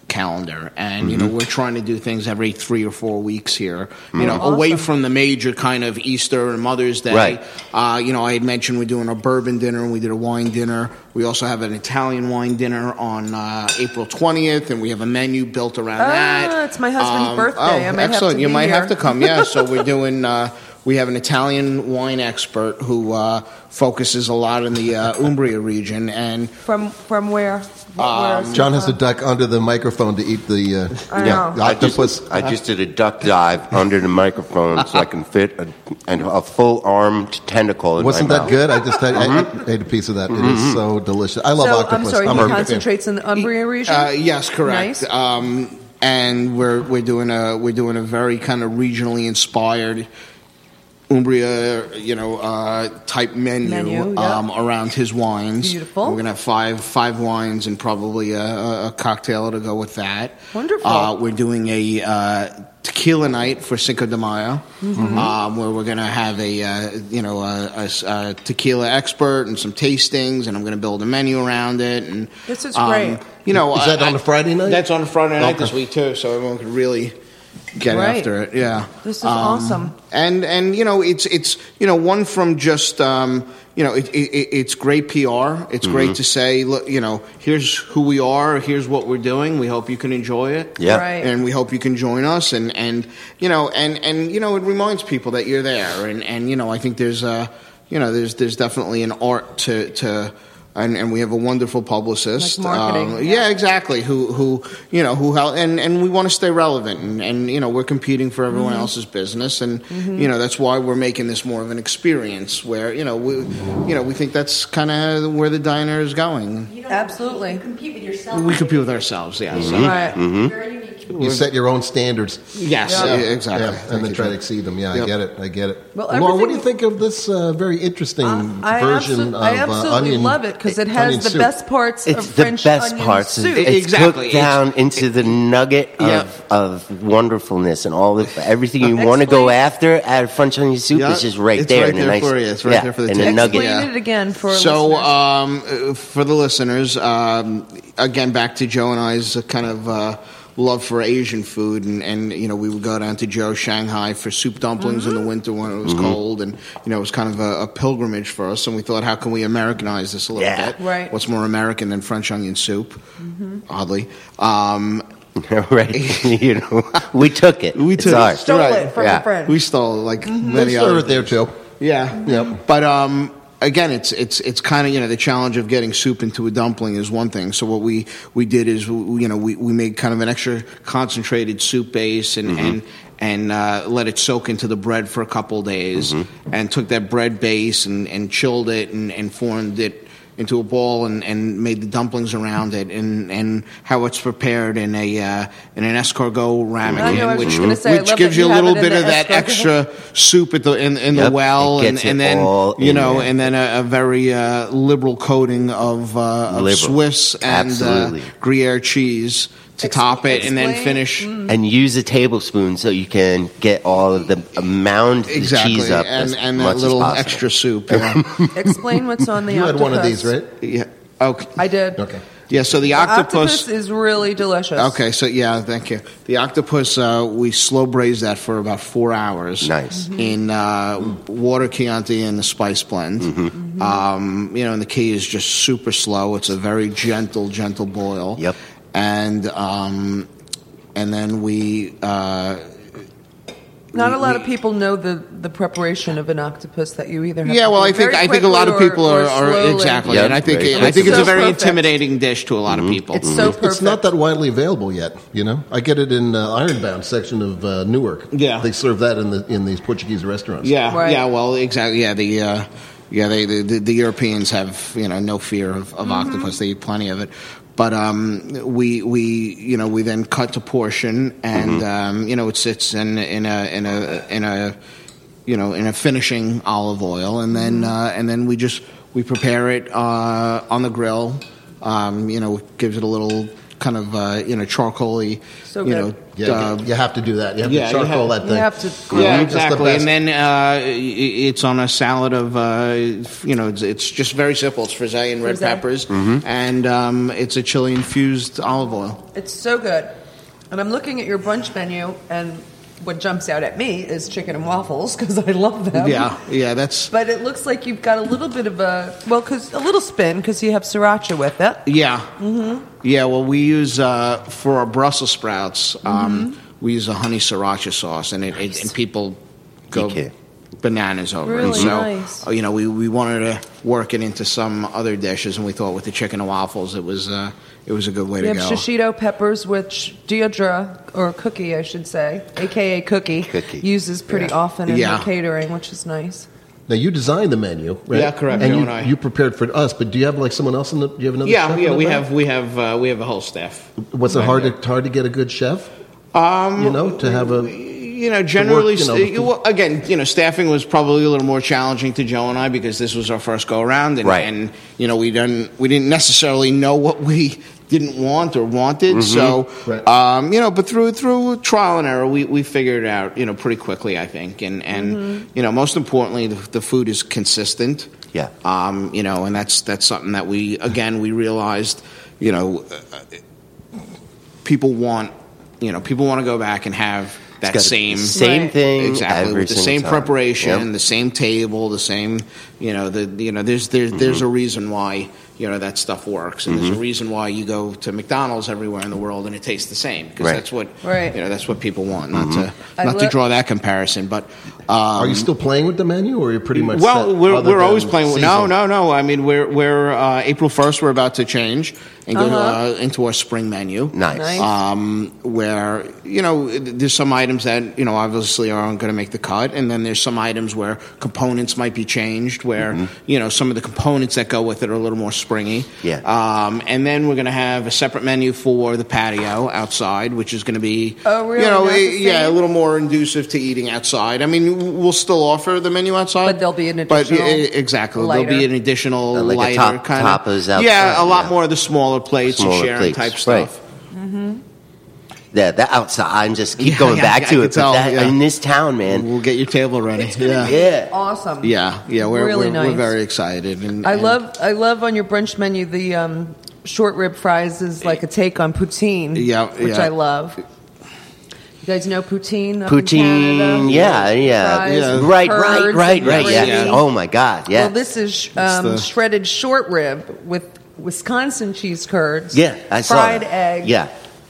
Speaker 4: calendar and you know we're trying to do things every three or four weeks here you know away
Speaker 1: Awesome.
Speaker 4: from the major kind of easter and mother's day
Speaker 2: Right.
Speaker 4: uh, you know i had mentioned we're doing a bourbon dinner and we did a wine dinner we also have an italian wine dinner on uh, april 20th and we have a menu built around
Speaker 1: Ah,
Speaker 4: that
Speaker 1: it's my husband's birthday.
Speaker 4: oh,
Speaker 1: I might have to
Speaker 4: excellent you
Speaker 1: be
Speaker 4: might have
Speaker 1: here.
Speaker 4: to come yeah
Speaker 1: *laughs*
Speaker 4: so we're doing uh, we have an italian wine expert who uh, focuses a lot in the uh, umbria region and
Speaker 1: From from where?
Speaker 4: Um,
Speaker 1: Where is-
Speaker 3: John has to duck under the microphone to eat the uh,
Speaker 1: I
Speaker 2: Yeah,
Speaker 1: know.
Speaker 2: I just,
Speaker 3: Octopus.
Speaker 2: I just did a duck dive under the microphone so I can fit a, and a full armed tentacle. In
Speaker 3: Wasn't
Speaker 2: my
Speaker 3: that
Speaker 2: mouth. Mm-hmm.
Speaker 3: good? I just had, I ate a piece of that. It is so delicious. I love
Speaker 1: so I'm
Speaker 3: octopus.
Speaker 1: sorry.
Speaker 3: I'm
Speaker 1: he
Speaker 3: a big fan.
Speaker 1: concentrates in the Umbria region.
Speaker 4: Uh, yes, correct.
Speaker 1: Nice.
Speaker 4: Um, and we're we're doing a we're doing a very kind of regionally inspired Umbria, you know, uh, type menu,
Speaker 1: Menu, yeah.
Speaker 4: um, around his wines.
Speaker 1: Beautiful.
Speaker 4: We're gonna have five five wines and probably a- a, a cocktail to go with that.
Speaker 1: Wonderful.
Speaker 4: Uh, we're doing a uh, tequila night for Cinco de Mayo,
Speaker 1: Mm-hmm.
Speaker 4: um, where we're going to have a uh, you know a, a s- a tequila expert and some tastings, and I'm going to build a menu around it. And
Speaker 1: This is
Speaker 4: um,
Speaker 1: great.
Speaker 4: You know,
Speaker 3: Is that
Speaker 4: I-
Speaker 3: on
Speaker 4: I-
Speaker 3: a Friday night?
Speaker 4: That's on a Friday night
Speaker 3: Okay.
Speaker 4: this week too, so everyone could really get
Speaker 1: Right.
Speaker 4: after it. Yeah,
Speaker 1: This is awesome.
Speaker 4: And and you know, it's it's you know one from just. Um, you know, it, it, it- it's great PR. It's
Speaker 3: Mm-hmm.
Speaker 4: great to say, look, you know, here's who we are. Here's what we're doing. We hope you can enjoy it
Speaker 2: Yeah.
Speaker 1: Right.
Speaker 4: and we hope you can join us and and you know and and you know it reminds people that you're there and and you know I think there's a you know there's there's definitely an art to to and, and we have a wonderful publicist.
Speaker 1: Like marketing,
Speaker 4: um,
Speaker 1: yeah.
Speaker 4: yeah, exactly. Who, who, you know, who help, and, and we want to stay relevant, and, and you know, we're competing for everyone
Speaker 1: Mm-hmm.
Speaker 4: else's business, and you know, that's why we're making this more of an experience where you know we, you know, we think that's kind of where the diner is going.
Speaker 7: You don't
Speaker 1: Absolutely.
Speaker 7: You compete with yourself.
Speaker 4: We compete with ourselves, yeah. so-
Speaker 1: Right.
Speaker 7: You're unique.
Speaker 3: You set your own standards.
Speaker 4: Yes,
Speaker 1: Yeah.
Speaker 4: e- exactly.
Speaker 3: Yeah,
Speaker 4: Thank
Speaker 3: and then
Speaker 4: you,
Speaker 3: try
Speaker 4: John.
Speaker 3: to exceed them. Yeah,
Speaker 4: Yep.
Speaker 3: I get it. I get it.
Speaker 1: Well,
Speaker 3: Laura, what do
Speaker 1: everything-
Speaker 3: you think of this uh, very interesting
Speaker 1: I
Speaker 3: version
Speaker 1: absolutely,
Speaker 3: of
Speaker 1: I
Speaker 3: uh,
Speaker 1: absolutely
Speaker 3: onion?
Speaker 1: love it because it
Speaker 3: onion
Speaker 1: has the
Speaker 3: soup?
Speaker 1: best parts
Speaker 2: It's
Speaker 1: of
Speaker 2: the
Speaker 1: French
Speaker 2: best
Speaker 1: onion
Speaker 2: parts.
Speaker 1: soup.
Speaker 2: It's
Speaker 4: Exactly.
Speaker 2: cooked
Speaker 4: It's-
Speaker 2: down into the nugget of,
Speaker 4: Yeah.
Speaker 2: of wonderfulness and all the everything you want to go
Speaker 1: Explain-
Speaker 2: after at a French onion soup
Speaker 4: Yeah,
Speaker 2: is just right
Speaker 4: it's
Speaker 2: there
Speaker 4: right
Speaker 2: in a
Speaker 4: there
Speaker 2: nice
Speaker 4: for you. It's right
Speaker 2: yeah,
Speaker 4: there for the
Speaker 2: in a
Speaker 4: taking.
Speaker 2: nugget.
Speaker 1: Explain
Speaker 4: Yeah.
Speaker 1: it again for
Speaker 4: so
Speaker 1: listeners.
Speaker 4: um, uh, for the listeners um, again back to joe and i's uh, kind of uh, love for asian food and, and you know we would go down to joe shanghai for soup dumplings in
Speaker 1: Mm-hmm.
Speaker 4: the winter when it was cold and you know it was kind of a, a pilgrimage for us and we thought how can we americanize this a little
Speaker 2: Yeah.
Speaker 4: bit
Speaker 1: Right. Mm-hmm.
Speaker 4: what's more american than french onion soup oddly um,
Speaker 2: *laughs* right? you know, we took it.
Speaker 4: We
Speaker 2: It's
Speaker 4: took it.
Speaker 2: ours.
Speaker 1: Stole it
Speaker 4: right,
Speaker 1: from
Speaker 2: yeah.
Speaker 1: a friend.
Speaker 4: we stole like
Speaker 1: Mm-hmm.
Speaker 3: Let's
Speaker 4: many
Speaker 3: start
Speaker 4: other
Speaker 3: it there, Joe.
Speaker 4: Yeah.
Speaker 3: Yep.
Speaker 4: But um, again, it's it's it's kind of you know the challenge of getting soup into a dumpling is one thing. So what we we did is we, you know we, we made kind of an extra concentrated soup base and and and uh, let it soak into the bread for a couple days and took that bread base and, and chilled it and, and formed it into a ball and, and made the dumplings around it and, and how it's prepared in a uh, in an escargot ramekin,
Speaker 1: I know, I was
Speaker 4: which,
Speaker 1: just gonna say, I
Speaker 4: which
Speaker 1: love
Speaker 4: gives
Speaker 1: that
Speaker 4: you
Speaker 1: you
Speaker 4: a
Speaker 1: have
Speaker 4: little
Speaker 1: it in
Speaker 4: bit
Speaker 1: the
Speaker 4: of that
Speaker 1: escargot.
Speaker 4: extra soup at the in, in the
Speaker 2: Yep,
Speaker 4: well,
Speaker 2: it
Speaker 4: and,
Speaker 2: gets
Speaker 4: and
Speaker 2: it
Speaker 4: then
Speaker 2: all
Speaker 4: you
Speaker 2: in
Speaker 4: know,
Speaker 2: there.
Speaker 4: and then a, a very uh, liberal coating of, uh, of
Speaker 2: Liberal.
Speaker 4: Swiss and uh,
Speaker 2: Absolutely.
Speaker 4: Gruyere cheese to
Speaker 1: Ex-
Speaker 4: top it, and then
Speaker 1: explain- Mm.
Speaker 4: finish
Speaker 2: and use a tablespoon so you can get all of the uh, mound the
Speaker 4: exactly,
Speaker 2: cheese up
Speaker 4: and
Speaker 2: as
Speaker 4: and
Speaker 2: much
Speaker 4: that little
Speaker 2: as possible.
Speaker 4: extra
Speaker 2: *laughs*
Speaker 4: soup. Yeah.
Speaker 1: Explain what's
Speaker 4: *laughs*
Speaker 1: on the
Speaker 3: You had
Speaker 1: octopus.
Speaker 3: one of these, right?
Speaker 4: yeah. Okay.
Speaker 1: I did.
Speaker 3: Okay.
Speaker 4: Yeah. So the
Speaker 1: Octopus, is really delicious.
Speaker 4: Okay, so yeah, thank you. The octopus, uh, we slow braised that for about four hours.
Speaker 2: Nice.
Speaker 1: Mm-hmm.
Speaker 4: In uh, water Chianti and the spice blend.
Speaker 2: Mm-hmm.
Speaker 1: Mm-hmm.
Speaker 4: Um, you know, and the key is just super slow. It's a very gentle, gentle boil.
Speaker 2: Yep.
Speaker 4: And um, and then we. Uh,
Speaker 1: Not
Speaker 4: we-
Speaker 1: a lot of
Speaker 4: we-
Speaker 1: people know the, the preparation of an octopus that you either have
Speaker 4: Yeah,
Speaker 1: to
Speaker 4: well,
Speaker 1: do
Speaker 4: I think
Speaker 1: very
Speaker 4: I think a lot of
Speaker 1: quickly or-
Speaker 4: people
Speaker 1: or
Speaker 4: are, are
Speaker 1: slowly.
Speaker 4: exactly,
Speaker 2: Yeah,
Speaker 4: and I think
Speaker 2: very
Speaker 4: I think
Speaker 2: quickly. Mm-hmm.
Speaker 4: it's a
Speaker 1: So
Speaker 4: very
Speaker 1: perfect.
Speaker 4: intimidating dish to a lot of people.
Speaker 1: It's so perfect.
Speaker 3: It's not that widely available yet, you know. I get it in uh, Ironbound section of uh, Newark.
Speaker 4: Yeah.
Speaker 3: they serve that in the in these Portuguese restaurants.
Speaker 4: Yeah,
Speaker 1: Right.
Speaker 4: yeah. Well, exactly. Yeah, the uh, yeah they, the, the the Europeans have you know no fear of,
Speaker 1: Mm-hmm.
Speaker 4: of octopus. They eat plenty of it. But um, we we you know we then cut to portion, and um, you know it sits in in a in a in a you know in a finishing olive oil, and then
Speaker 1: Mm-hmm.
Speaker 4: uh, and then we just we prepare it uh, on the grill. Um, you know, gives it a little kind of uh, you know charcoaly
Speaker 1: So
Speaker 4: you
Speaker 1: good.
Speaker 4: know
Speaker 3: yeah,
Speaker 4: uh,
Speaker 3: you have to do that. You have
Speaker 4: yeah,
Speaker 3: to
Speaker 4: you have-
Speaker 3: charcoal that
Speaker 1: You
Speaker 3: thing.
Speaker 1: have to-
Speaker 4: yeah,
Speaker 3: It's the
Speaker 4: exactly.
Speaker 3: best.
Speaker 4: And then uh, i- i- it's on a salad of, uh, you know, it's, it's just very simple. It's frizzé and red
Speaker 1: Frizzé.
Speaker 4: peppers,
Speaker 3: Mm-hmm.
Speaker 4: and um, it's a chili infused olive oil.
Speaker 1: It's so good. And I'm looking at your brunch menu, and what jumps out at me is chicken and waffles because I love them.
Speaker 4: yeah, yeah, that's
Speaker 1: But it looks like you've got a little bit of a well, because a little spin because you have sriracha with it.
Speaker 4: yeah,
Speaker 1: Mm-hmm.
Speaker 4: yeah. Well, we use uh, for our Brussels sprouts, um,
Speaker 1: Mm-hmm.
Speaker 4: we use a honey sriracha sauce, and it, it and people go.
Speaker 2: Kike.
Speaker 4: Bananas over it.
Speaker 1: Really
Speaker 4: so,
Speaker 1: nice.
Speaker 4: uh, you know, we, we wanted to work it into some other dishes, and we thought with the chicken and waffles, it was uh, it was a good way
Speaker 1: We
Speaker 4: to
Speaker 1: have
Speaker 4: go.
Speaker 1: shishito peppers, which Deirdre, or Cookie, I should say, aka Cookie,
Speaker 2: Cookie.
Speaker 1: uses pretty often in
Speaker 4: Yeah.
Speaker 1: her catering, which is nice.
Speaker 3: Now you designed the menu, right?
Speaker 4: Yeah, correct,
Speaker 3: And
Speaker 4: Joe
Speaker 3: you,
Speaker 4: and I.
Speaker 3: you prepared for us, but do you have like someone else in the? Do you have another?
Speaker 4: yeah,
Speaker 3: chef
Speaker 4: yeah,
Speaker 3: on the
Speaker 4: we
Speaker 3: boat?
Speaker 4: have we have uh, we have a whole staff.
Speaker 3: Was it hard to hard to get a good chef? Um, you know, to have a
Speaker 4: You know, generally,
Speaker 3: you know,
Speaker 4: st-
Speaker 3: the-
Speaker 4: well, again, you know, staffing was probably a little more challenging to Joe and I because this was our first go around, and,
Speaker 2: Right.
Speaker 4: and you know, we didn't we didn't necessarily know what we didn't want or
Speaker 3: Mm-hmm.
Speaker 4: wanted. So,
Speaker 3: Right.
Speaker 4: um, you know, but through through trial and error, we, we figured it out, you know, pretty quickly, I think, and and you know, most importantly, the, the food is consistent.
Speaker 2: Yeah.
Speaker 4: um, you know, and that's that's something that we again we realized, you know, uh, people want, you know, people want to go back and have that
Speaker 2: gotta be
Speaker 4: same
Speaker 2: the same
Speaker 1: Right.
Speaker 2: thing
Speaker 4: exactly
Speaker 2: every
Speaker 4: with the
Speaker 2: single
Speaker 4: same
Speaker 2: time.
Speaker 4: preparation,
Speaker 2: Yep.
Speaker 4: the same table, the same, you know, the you know, there's there's there's
Speaker 2: Mm-hmm.
Speaker 4: a reason why you know that stuff works, and there's a reason why you go to McDonald's everywhere in the world and it tastes the same because
Speaker 2: Right. Mm-hmm.
Speaker 4: that's what
Speaker 1: Right.
Speaker 4: you know that's what people want, not
Speaker 1: I
Speaker 4: to not to
Speaker 1: lo-
Speaker 4: draw that comparison, but um,
Speaker 3: Are you still playing with the menu, or are you pretty much?
Speaker 4: well,
Speaker 3: set
Speaker 4: we're,
Speaker 3: other
Speaker 4: we're
Speaker 3: than
Speaker 4: always playing. No,
Speaker 3: seasonal?
Speaker 4: no, no. I mean, we're we're uh, April first. We're about to change and go to, uh, into our spring menu.
Speaker 2: Nice. Uh,
Speaker 1: Nice.
Speaker 4: Um, where you know th- there's some items that you know obviously aren't going to make the cut, and then there's some items where components might be changed, where you know some of the components that go with it are a little more springy.
Speaker 2: Mm-hmm. Yeah.
Speaker 4: Um, and then we're going to have a separate menu for the patio outside, which is going to be
Speaker 1: Oh, really?
Speaker 4: you know
Speaker 1: Not the
Speaker 4: eh, yeah a
Speaker 1: same?
Speaker 4: little more inducive to eating outside. I mean, w- we'll still offer the menu outside
Speaker 1: But there'll be an additional
Speaker 4: eh, exactly there'll be
Speaker 1: lighter.
Speaker 4: an additional
Speaker 2: Uh, like a
Speaker 4: lighter
Speaker 2: top-
Speaker 4: kind
Speaker 2: tapas outside,
Speaker 4: of yeah a lot
Speaker 2: yeah.
Speaker 4: more of the smaller plates and
Speaker 2: Smaller
Speaker 4: sharing
Speaker 2: plates,
Speaker 4: type stuff.
Speaker 2: Yeah, that outside. I'm just keep
Speaker 4: Yeah,
Speaker 2: going
Speaker 4: yeah,
Speaker 2: back
Speaker 4: I
Speaker 2: to
Speaker 4: could
Speaker 2: it. but
Speaker 4: tell,
Speaker 2: that-
Speaker 4: yeah.
Speaker 2: In this town, man.
Speaker 4: We'll get your table ready. yeah.
Speaker 2: Uh, Yeah.
Speaker 1: Awesome.
Speaker 4: yeah, yeah, we're
Speaker 1: Really
Speaker 4: we're, we're
Speaker 1: nice.
Speaker 4: very excited. And
Speaker 1: I
Speaker 4: and-
Speaker 1: love I love on your brunch menu the um, short rib fries
Speaker 2: Eh.
Speaker 1: is like a take on poutine.
Speaker 4: Yeah,
Speaker 1: which
Speaker 4: yeah.
Speaker 1: I love. You guys know poutine. up in Canada?
Speaker 2: Poutine. Yeah, yeah.
Speaker 1: Fries,
Speaker 4: Yeah.
Speaker 2: Right, right,
Speaker 1: curds,
Speaker 2: right,
Speaker 1: and
Speaker 2: right. Yeah.
Speaker 1: gravy.
Speaker 2: Oh my God. Yeah.
Speaker 1: Well, this is um,
Speaker 4: the-
Speaker 1: shredded short rib with Wisconsin cheese curds.
Speaker 2: yeah. I saw
Speaker 1: fried
Speaker 2: that.
Speaker 1: egg.
Speaker 2: Yeah.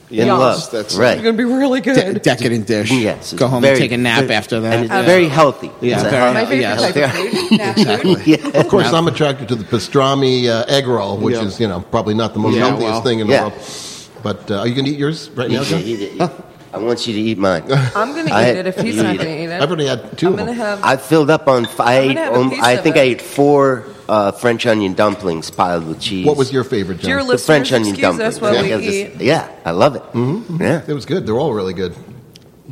Speaker 2: In
Speaker 1: Yum.
Speaker 2: love.
Speaker 4: That's-
Speaker 1: It's
Speaker 2: right.
Speaker 1: gonna be really
Speaker 4: de-
Speaker 1: good.
Speaker 4: decadent dish.
Speaker 2: Yes.
Speaker 4: go home
Speaker 2: Very-
Speaker 4: and take a nap
Speaker 2: very-
Speaker 4: after that.
Speaker 2: And it's
Speaker 4: yeah.
Speaker 2: very healthy.
Speaker 4: Yeah,
Speaker 2: It's a
Speaker 4: very
Speaker 2: healthy-
Speaker 1: My favorite
Speaker 4: Yes.
Speaker 1: type of food. Nap
Speaker 2: *laughs*
Speaker 1: food.
Speaker 4: *laughs*
Speaker 2: Yeah.
Speaker 3: Of course, I'm attracted to the pastrami uh, egg roll, which
Speaker 4: Yeah.
Speaker 3: is you know probably not the most
Speaker 4: Yeah,
Speaker 3: healthiest
Speaker 4: well,
Speaker 3: thing in
Speaker 2: yeah.
Speaker 3: the world. But uh, are you going to eat yours right now?
Speaker 2: Eat
Speaker 3: John?
Speaker 2: it, eat it, eat it. I want you to eat mine.
Speaker 4: *laughs*
Speaker 1: I'm gonna eat
Speaker 2: I-
Speaker 1: it if he's
Speaker 2: you
Speaker 1: not
Speaker 2: eat
Speaker 1: gonna
Speaker 2: it.
Speaker 1: eat it.
Speaker 3: I've already had two
Speaker 1: I'm
Speaker 3: of
Speaker 1: gonna
Speaker 3: them.
Speaker 1: have.
Speaker 2: I filled up on. f- I
Speaker 1: I'm
Speaker 2: ate.
Speaker 1: gonna have a
Speaker 2: Um,
Speaker 1: piece
Speaker 2: I
Speaker 1: of
Speaker 2: think
Speaker 1: it.
Speaker 2: I ate four uh, French onion dumplings piled with cheese.
Speaker 3: What was your favorite, John?
Speaker 1: Dear
Speaker 2: the
Speaker 1: listeners,
Speaker 2: French onion
Speaker 1: excuse
Speaker 2: dumplings?
Speaker 1: us while
Speaker 2: yeah.
Speaker 1: we eat.
Speaker 2: yeah, I love it. Mm-hmm. Yeah.
Speaker 3: It was good. They're all really good.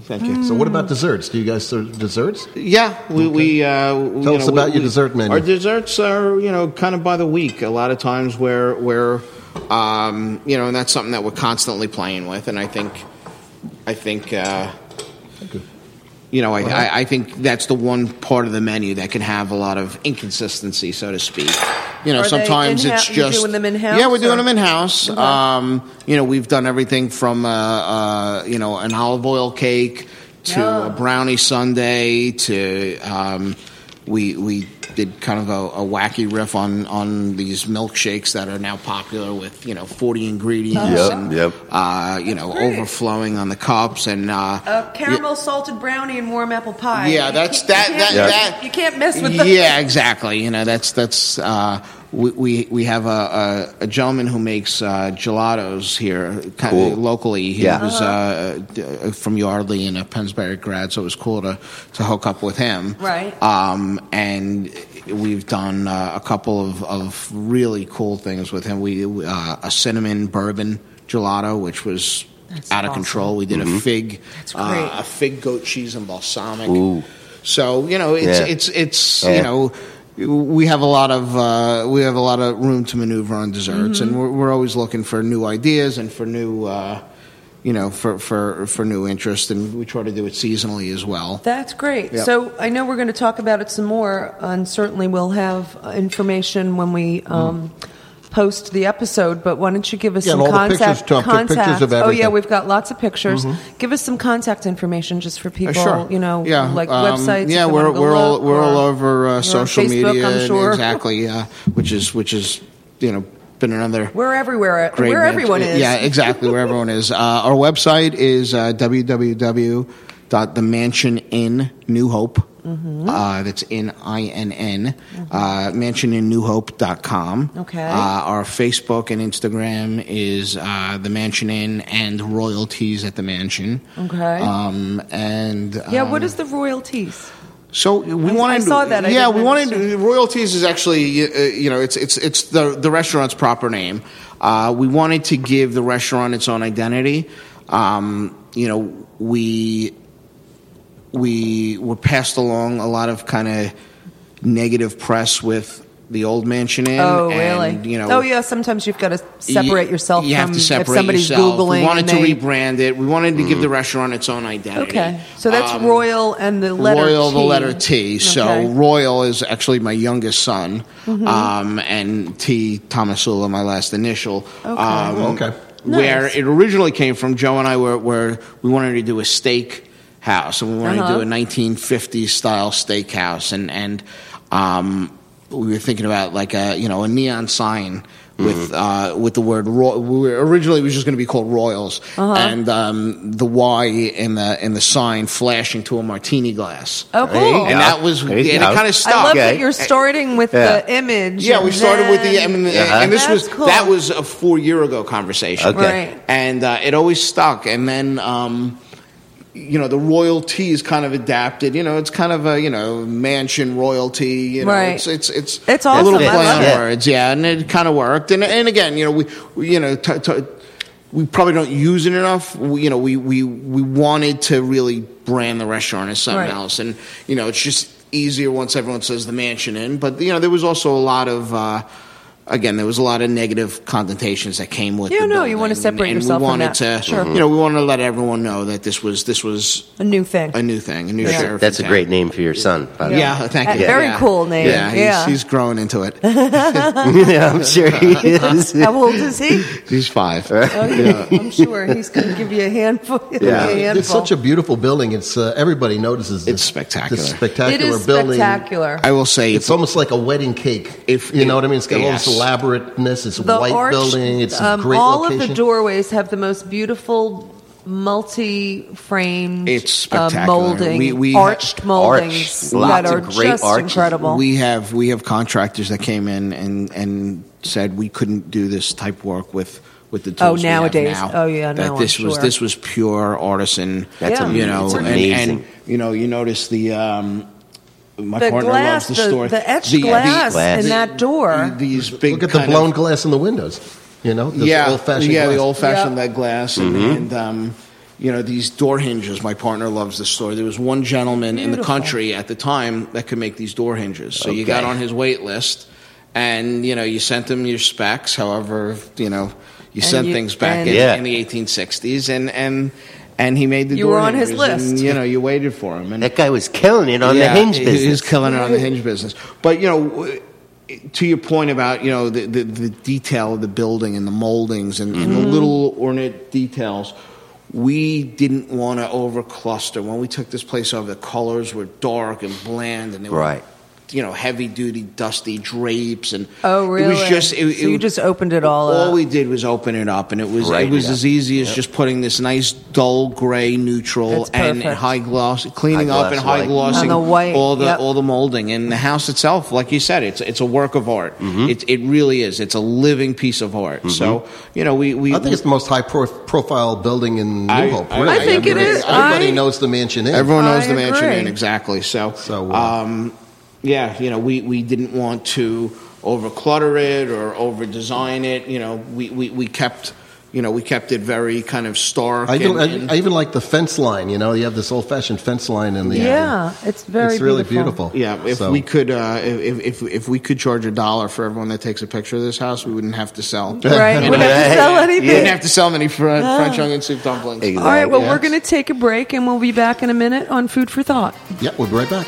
Speaker 4: Thank you. Mm.
Speaker 3: So, what about desserts? Do you guys serve desserts?
Speaker 4: Yeah, we. we uh, Tell
Speaker 3: us about your dessert menu.
Speaker 4: Our desserts are, you know, kind of by the week. A lot of times where where, um, you know, and that's something that we're constantly playing with. And I think, I think, uh, you know, I, I, I think that's the one part of the menu that can have a lot of inconsistency, so to speak. You know,
Speaker 1: Are they
Speaker 4: sometimes
Speaker 1: in-hou-
Speaker 4: it's
Speaker 1: you
Speaker 4: just
Speaker 1: doing them in-house,
Speaker 4: Yeah, we're doing
Speaker 1: or-
Speaker 4: them in house. Um, you know, we've done everything from uh, uh, you know an olive oil cake to
Speaker 1: Yeah.
Speaker 4: a brownie sundae to um, we we did kind of a, a wacky riff on on these milkshakes that are now popular with you know 40 ingredients
Speaker 2: Yep,
Speaker 4: and
Speaker 2: yep.
Speaker 4: uh, you know
Speaker 1: great.
Speaker 4: overflowing on the cups and uh,
Speaker 1: A caramel salted brownie and warm apple pie.
Speaker 4: Yeah,
Speaker 1: You
Speaker 4: that's-
Speaker 1: can't- you
Speaker 4: that-
Speaker 1: can't-
Speaker 2: that-
Speaker 4: that-
Speaker 1: You can't mess with the
Speaker 4: yeah, exactly. You know, that's that's uh, we, we we have a, a, a gentleman who makes uh, gelatos here, kind
Speaker 2: Cool.
Speaker 4: of locally. He
Speaker 2: Yeah.
Speaker 1: Uh-huh.
Speaker 4: was uh, d- uh, from Yardley and a Pennsbury grad, so it was cool to to hook up with him.
Speaker 1: Right.
Speaker 4: Um, and we've done uh, a couple of, of really cool things with him. We uh, a cinnamon bourbon gelato, which was.
Speaker 1: That's
Speaker 4: out of
Speaker 1: awesome.
Speaker 4: control. We did
Speaker 2: Mm-hmm.
Speaker 4: a fig,
Speaker 1: That's
Speaker 4: uh,
Speaker 1: great.
Speaker 4: a fig goat cheese and balsamic.
Speaker 2: Ooh.
Speaker 4: So you know, it's
Speaker 2: Yeah.
Speaker 4: it's it's
Speaker 2: Yeah.
Speaker 4: you know we have a lot of uh, we have a lot of room to maneuver on desserts,
Speaker 1: Mm-hmm.
Speaker 4: and we're, we're always looking for new ideas and for new uh, you know for, for for new interest, and we try to do it seasonally as well.
Speaker 1: That's great.
Speaker 4: Yeah.
Speaker 1: So I know we're going to talk about it some more, and certainly we'll have uh, information when we
Speaker 4: Mm-hmm.
Speaker 1: um, post the episode. But why don't you give us
Speaker 3: Yeah,
Speaker 1: some
Speaker 3: and all the
Speaker 1: contact?
Speaker 3: pictures, Tom, took
Speaker 1: contact.
Speaker 3: pictures of
Speaker 1: oh yeah,
Speaker 3: everything.
Speaker 1: we've got lots of pictures. Give us some contact information just for people.
Speaker 4: Mm-hmm. Uh, sure.
Speaker 1: You know,
Speaker 4: yeah.
Speaker 1: like
Speaker 4: um,
Speaker 1: websites. if
Speaker 4: Yeah,
Speaker 1: they
Speaker 4: we're
Speaker 1: wanna go
Speaker 4: we're all
Speaker 1: look,
Speaker 4: we're all
Speaker 1: or
Speaker 4: over
Speaker 1: you're
Speaker 4: uh,
Speaker 1: on
Speaker 4: social
Speaker 1: Facebook,
Speaker 4: media.
Speaker 1: I'm
Speaker 4: and-
Speaker 1: sure.
Speaker 4: Exactly. Yeah, which is which is you know been another
Speaker 1: We're everywhere.
Speaker 4: great
Speaker 1: where
Speaker 4: match.
Speaker 1: everyone is.
Speaker 4: Yeah, exactly. Where everyone
Speaker 1: *laughs*
Speaker 4: is. Uh, our website is uh, www.themansioninNewhope.
Speaker 1: Mm-hmm.
Speaker 4: Uh, that's in I N N. Uh, mansioninNewHope.com.
Speaker 1: Okay.
Speaker 4: Uh, our Facebook and Instagram is uh, The Mansion Inn and Royalties at the Mansion.
Speaker 1: Okay.
Speaker 4: Um, and
Speaker 1: Yeah,
Speaker 4: um,
Speaker 1: what is the royalties?
Speaker 4: so we
Speaker 1: I-
Speaker 4: wanted.
Speaker 1: I saw that. I
Speaker 4: yeah,
Speaker 1: didn't
Speaker 4: we wanted.
Speaker 1: understand.
Speaker 4: Royalties is actually uh, you know it's it's it's the the restaurant's proper name. Uh, we wanted to give the restaurant its own identity. Um, you know, we we were passed along a lot of kind of negative press with the old mansion inn.
Speaker 1: Oh,
Speaker 4: and,
Speaker 1: really?
Speaker 4: You know,
Speaker 1: oh, yeah. Sometimes you've got to separate
Speaker 4: you-
Speaker 1: yourself
Speaker 4: You
Speaker 1: from
Speaker 4: have to separate
Speaker 1: if somebody's
Speaker 4: yourself.
Speaker 1: googling.
Speaker 4: We wanted
Speaker 1: and
Speaker 4: to
Speaker 1: they- Mm.
Speaker 4: rebrand it. We wanted to give the restaurant its own identity.
Speaker 1: Okay, so that's
Speaker 4: Um,
Speaker 1: royal and the letter
Speaker 4: Royal,
Speaker 1: T.
Speaker 4: the letter T. So
Speaker 1: Okay. Mm-hmm.
Speaker 4: Royal is actually my youngest son, um, and T Thomasula, my last initial.
Speaker 1: Okay.
Speaker 4: Um,
Speaker 3: Oh, okay.
Speaker 4: Where
Speaker 1: Nice.
Speaker 4: it originally came from, Joe and I were, were we wanted to do a steak house, and we wanted
Speaker 1: Uh-huh.
Speaker 4: to do a 1950s style steakhouse, and and um, we were thinking about like a you know a neon sign. With
Speaker 1: Mm-hmm.
Speaker 4: uh, with the word Roy- we were- originally it was just going to be called Royals
Speaker 1: Uh-huh.
Speaker 4: and um, the Y in the in the sign flashing to a martini glass
Speaker 1: Oh, cool.
Speaker 2: Hey,
Speaker 4: and
Speaker 2: Yeah.
Speaker 4: that was and
Speaker 2: There you
Speaker 4: it
Speaker 2: go.
Speaker 4: kind of
Speaker 1: I
Speaker 4: stuck.
Speaker 1: love that
Speaker 2: Okay.
Speaker 1: you're starting with
Speaker 2: Yeah.
Speaker 1: the image.
Speaker 4: eh? yeah, we
Speaker 1: and
Speaker 4: started with the
Speaker 1: then-
Speaker 4: and,
Speaker 2: Uh-huh.
Speaker 4: and this
Speaker 1: That's
Speaker 4: was
Speaker 1: cool.
Speaker 4: that was a four year ago conversation,
Speaker 2: Okay.
Speaker 1: Right.
Speaker 4: and uh, it always stuck. And then um, you know the royalties kind of adapted. You know, it's kind of a you know mansion royalty. You know,
Speaker 1: Right.
Speaker 4: it's it's it's
Speaker 1: It's
Speaker 4: a little
Speaker 1: awesome. I
Speaker 4: play
Speaker 1: love
Speaker 4: on
Speaker 1: it.
Speaker 4: words, yeah, and it kind of worked. And and again, you know, we, we you know. T- t- we probably don't use it enough. We, you know, we, we, we wanted to really brand the restaurant as something
Speaker 1: Right.
Speaker 4: else house. and you know it's just easier once everyone says the mansion in but you know there was also a lot of uh, again there was a lot of negative connotations that came with
Speaker 1: Yeah,
Speaker 4: the
Speaker 1: no, you
Speaker 4: building,
Speaker 1: wanna
Speaker 4: and-
Speaker 1: separate
Speaker 4: and
Speaker 1: yourself
Speaker 4: we
Speaker 1: from
Speaker 4: wanted
Speaker 1: that.
Speaker 4: to
Speaker 1: Sure.
Speaker 4: you know we wanted to let everyone know that this was this was
Speaker 1: a new thing. *laughs*
Speaker 4: a new thing a new
Speaker 1: That's a-
Speaker 4: sheriff
Speaker 2: That's a
Speaker 4: in
Speaker 2: great
Speaker 4: town.
Speaker 2: name for your son. By the
Speaker 4: yeah,
Speaker 2: way.
Speaker 4: thank
Speaker 1: A
Speaker 4: you.
Speaker 1: very
Speaker 4: Yeah.
Speaker 1: cool name,
Speaker 4: Yeah, he's,
Speaker 1: yeah.
Speaker 4: he's growing into it.
Speaker 2: *laughs* yeah, I'm sure he
Speaker 4: *laughs* Uh-huh.
Speaker 2: is.
Speaker 1: How old is he? Oh,
Speaker 4: He's
Speaker 2: *laughs*
Speaker 4: five.
Speaker 1: I'm sure he's going to give you a handful. *laughs*
Speaker 2: Yeah.
Speaker 1: a handful.
Speaker 3: It's such a beautiful building. It's uh, everybody notices.
Speaker 4: It's
Speaker 3: this-
Speaker 4: spectacular.
Speaker 3: This
Speaker 1: It
Speaker 3: spectacular
Speaker 1: is
Speaker 3: building.
Speaker 1: spectacular.
Speaker 4: I will say,
Speaker 3: It's almost like a wedding cake.
Speaker 4: If-
Speaker 3: If you know what I mean, it's got
Speaker 4: Yes.
Speaker 3: all this elaborateness. It's a
Speaker 1: the
Speaker 3: white
Speaker 1: arch,
Speaker 3: building. It's
Speaker 1: um,
Speaker 3: a great
Speaker 1: all
Speaker 3: location.
Speaker 1: of the doorways have the most beautiful multi-framed
Speaker 4: It's
Speaker 1: uh,
Speaker 4: spectacular.
Speaker 1: molding,
Speaker 4: We- we-
Speaker 1: arched moldings
Speaker 2: Arch. Lots
Speaker 1: that are
Speaker 2: of great
Speaker 1: just
Speaker 2: arches.
Speaker 1: incredible.
Speaker 4: We have we have contractors that came in and and said we couldn't do this type work with with the tools
Speaker 1: Oh,
Speaker 4: we have
Speaker 1: nowadays.
Speaker 4: now.
Speaker 1: Oh, yeah,
Speaker 4: that
Speaker 1: no, I'm
Speaker 4: this was
Speaker 1: sure.
Speaker 4: this was pure artisan.
Speaker 2: That's
Speaker 1: Yeah.
Speaker 4: you know,
Speaker 2: amazing. It's
Speaker 4: and,
Speaker 2: amazing.
Speaker 4: and you know, you notice the. Um, my
Speaker 1: the
Speaker 4: partner
Speaker 1: glass,
Speaker 4: loves the,
Speaker 1: the,
Speaker 4: store.
Speaker 1: the etched glass,
Speaker 2: glass.
Speaker 1: in that door.
Speaker 4: These big
Speaker 3: Look at the
Speaker 4: kind of-
Speaker 3: blown glass in the windows. You know, the
Speaker 4: yeah,
Speaker 3: old-fashioned
Speaker 4: yeah,
Speaker 3: glass.
Speaker 4: the old fashioned
Speaker 1: Yeah.
Speaker 4: lead glass, and,
Speaker 2: Mm-hmm.
Speaker 4: and um, you know these door hinges. My partner loves this store. There was one gentleman in the
Speaker 1: Beautiful.
Speaker 4: country at the time that could make these door hinges. So you got
Speaker 2: Okay.
Speaker 4: on his wait list, and you know you sent him your specs. However, you know you
Speaker 1: And
Speaker 4: sent
Speaker 1: you-
Speaker 4: things back
Speaker 1: and-
Speaker 4: in,
Speaker 2: Yeah.
Speaker 4: in the 1860s, and and and he made the
Speaker 1: You
Speaker 4: door
Speaker 1: were on his
Speaker 4: hinges, and,
Speaker 1: list.
Speaker 4: you know, you waited for him, and
Speaker 2: That guy was killing it on
Speaker 4: yeah,
Speaker 2: the hinge
Speaker 4: he-
Speaker 2: business.
Speaker 4: He's killing it on the hinge business. But you know, w- to your point about you know the the, the detail of the building and the moldings and, and
Speaker 2: Mm-hmm.
Speaker 4: the little ornate details. We didn't want to overcluster. When we took this place over, the colors were dark and bland, and they were
Speaker 2: Right.
Speaker 4: you know, heavy duty, dusty drapes, and
Speaker 1: Oh, really?
Speaker 4: It was just it,
Speaker 1: So you
Speaker 4: it-
Speaker 1: just opened it all up.
Speaker 4: we did was open it up, and it was
Speaker 2: Right,
Speaker 4: it was
Speaker 2: yeah.
Speaker 4: as easy as just putting this nice dull gray neutral
Speaker 1: That's
Speaker 4: and
Speaker 1: perfect.
Speaker 4: high gloss, cleaning
Speaker 2: High
Speaker 4: up and
Speaker 2: gloss,
Speaker 4: high
Speaker 2: like-
Speaker 4: glossing
Speaker 1: On the white,
Speaker 4: all the
Speaker 1: yep.
Speaker 4: all the molding, and the house itself, like you said, it's it's a work of art.
Speaker 2: Mm-hmm.
Speaker 4: It it really is. It's a living piece of art. So you know, we we
Speaker 3: I think it's the most high pro- profile building in New
Speaker 4: I-
Speaker 3: Hope.
Speaker 4: I-
Speaker 3: Really.
Speaker 4: I think
Speaker 1: it
Speaker 3: mean,
Speaker 1: is.
Speaker 3: Everybody
Speaker 1: I-
Speaker 3: knows the mansion inn.
Speaker 4: Everyone knows
Speaker 1: I
Speaker 4: the mansion
Speaker 1: agree.
Speaker 4: inn exactly. So,
Speaker 3: So, uh,
Speaker 4: um, yeah, you know, we, we didn't want to over clutter it or over design it. You know, we, we, we kept you know we kept it very kind of stark.
Speaker 3: I, do,
Speaker 4: and- and-
Speaker 3: I, I even like the fence line. You know, you have this old fashioned fence line in the.
Speaker 1: Yeah, it's very
Speaker 3: It's really
Speaker 1: beautiful.
Speaker 3: beautiful.
Speaker 4: yeah, if
Speaker 3: So-
Speaker 4: we could, uh, if, if if we could charge a dollar for everyone that takes a picture of this house, we wouldn't have to sell.
Speaker 1: Right, we
Speaker 4: You
Speaker 1: wouldn't have
Speaker 4: know, *laughs*
Speaker 1: to sell anything.
Speaker 4: You wouldn't have to sell any fr- French onion soup dumplings.
Speaker 2: Exactly.
Speaker 1: All right, well,
Speaker 2: Yeah.
Speaker 1: we're going to take a break and we'll be back in a minute on Food for Thought.
Speaker 3: Yeah, we'll be right back.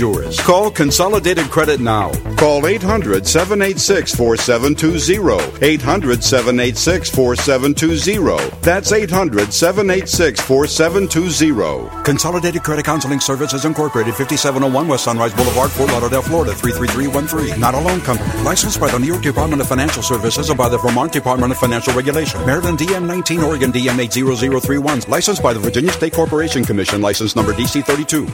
Speaker 7: yours. Call Consolidated Credit now. Call 800 786 4720. 800 786 4720. That's 800 786 4720. Consolidated Credit Counseling Services Incorporated, 5701 West Sunrise Boulevard, Fort Lauderdale, Florida, 33313. Not a loan company. Licensed by the New York Department of Financial Services and by the Vermont Department of Financial Regulation. Maryland DM 19, Oregon DM 80031. Licensed by the Virginia State Corporation Commission, license number DC 32.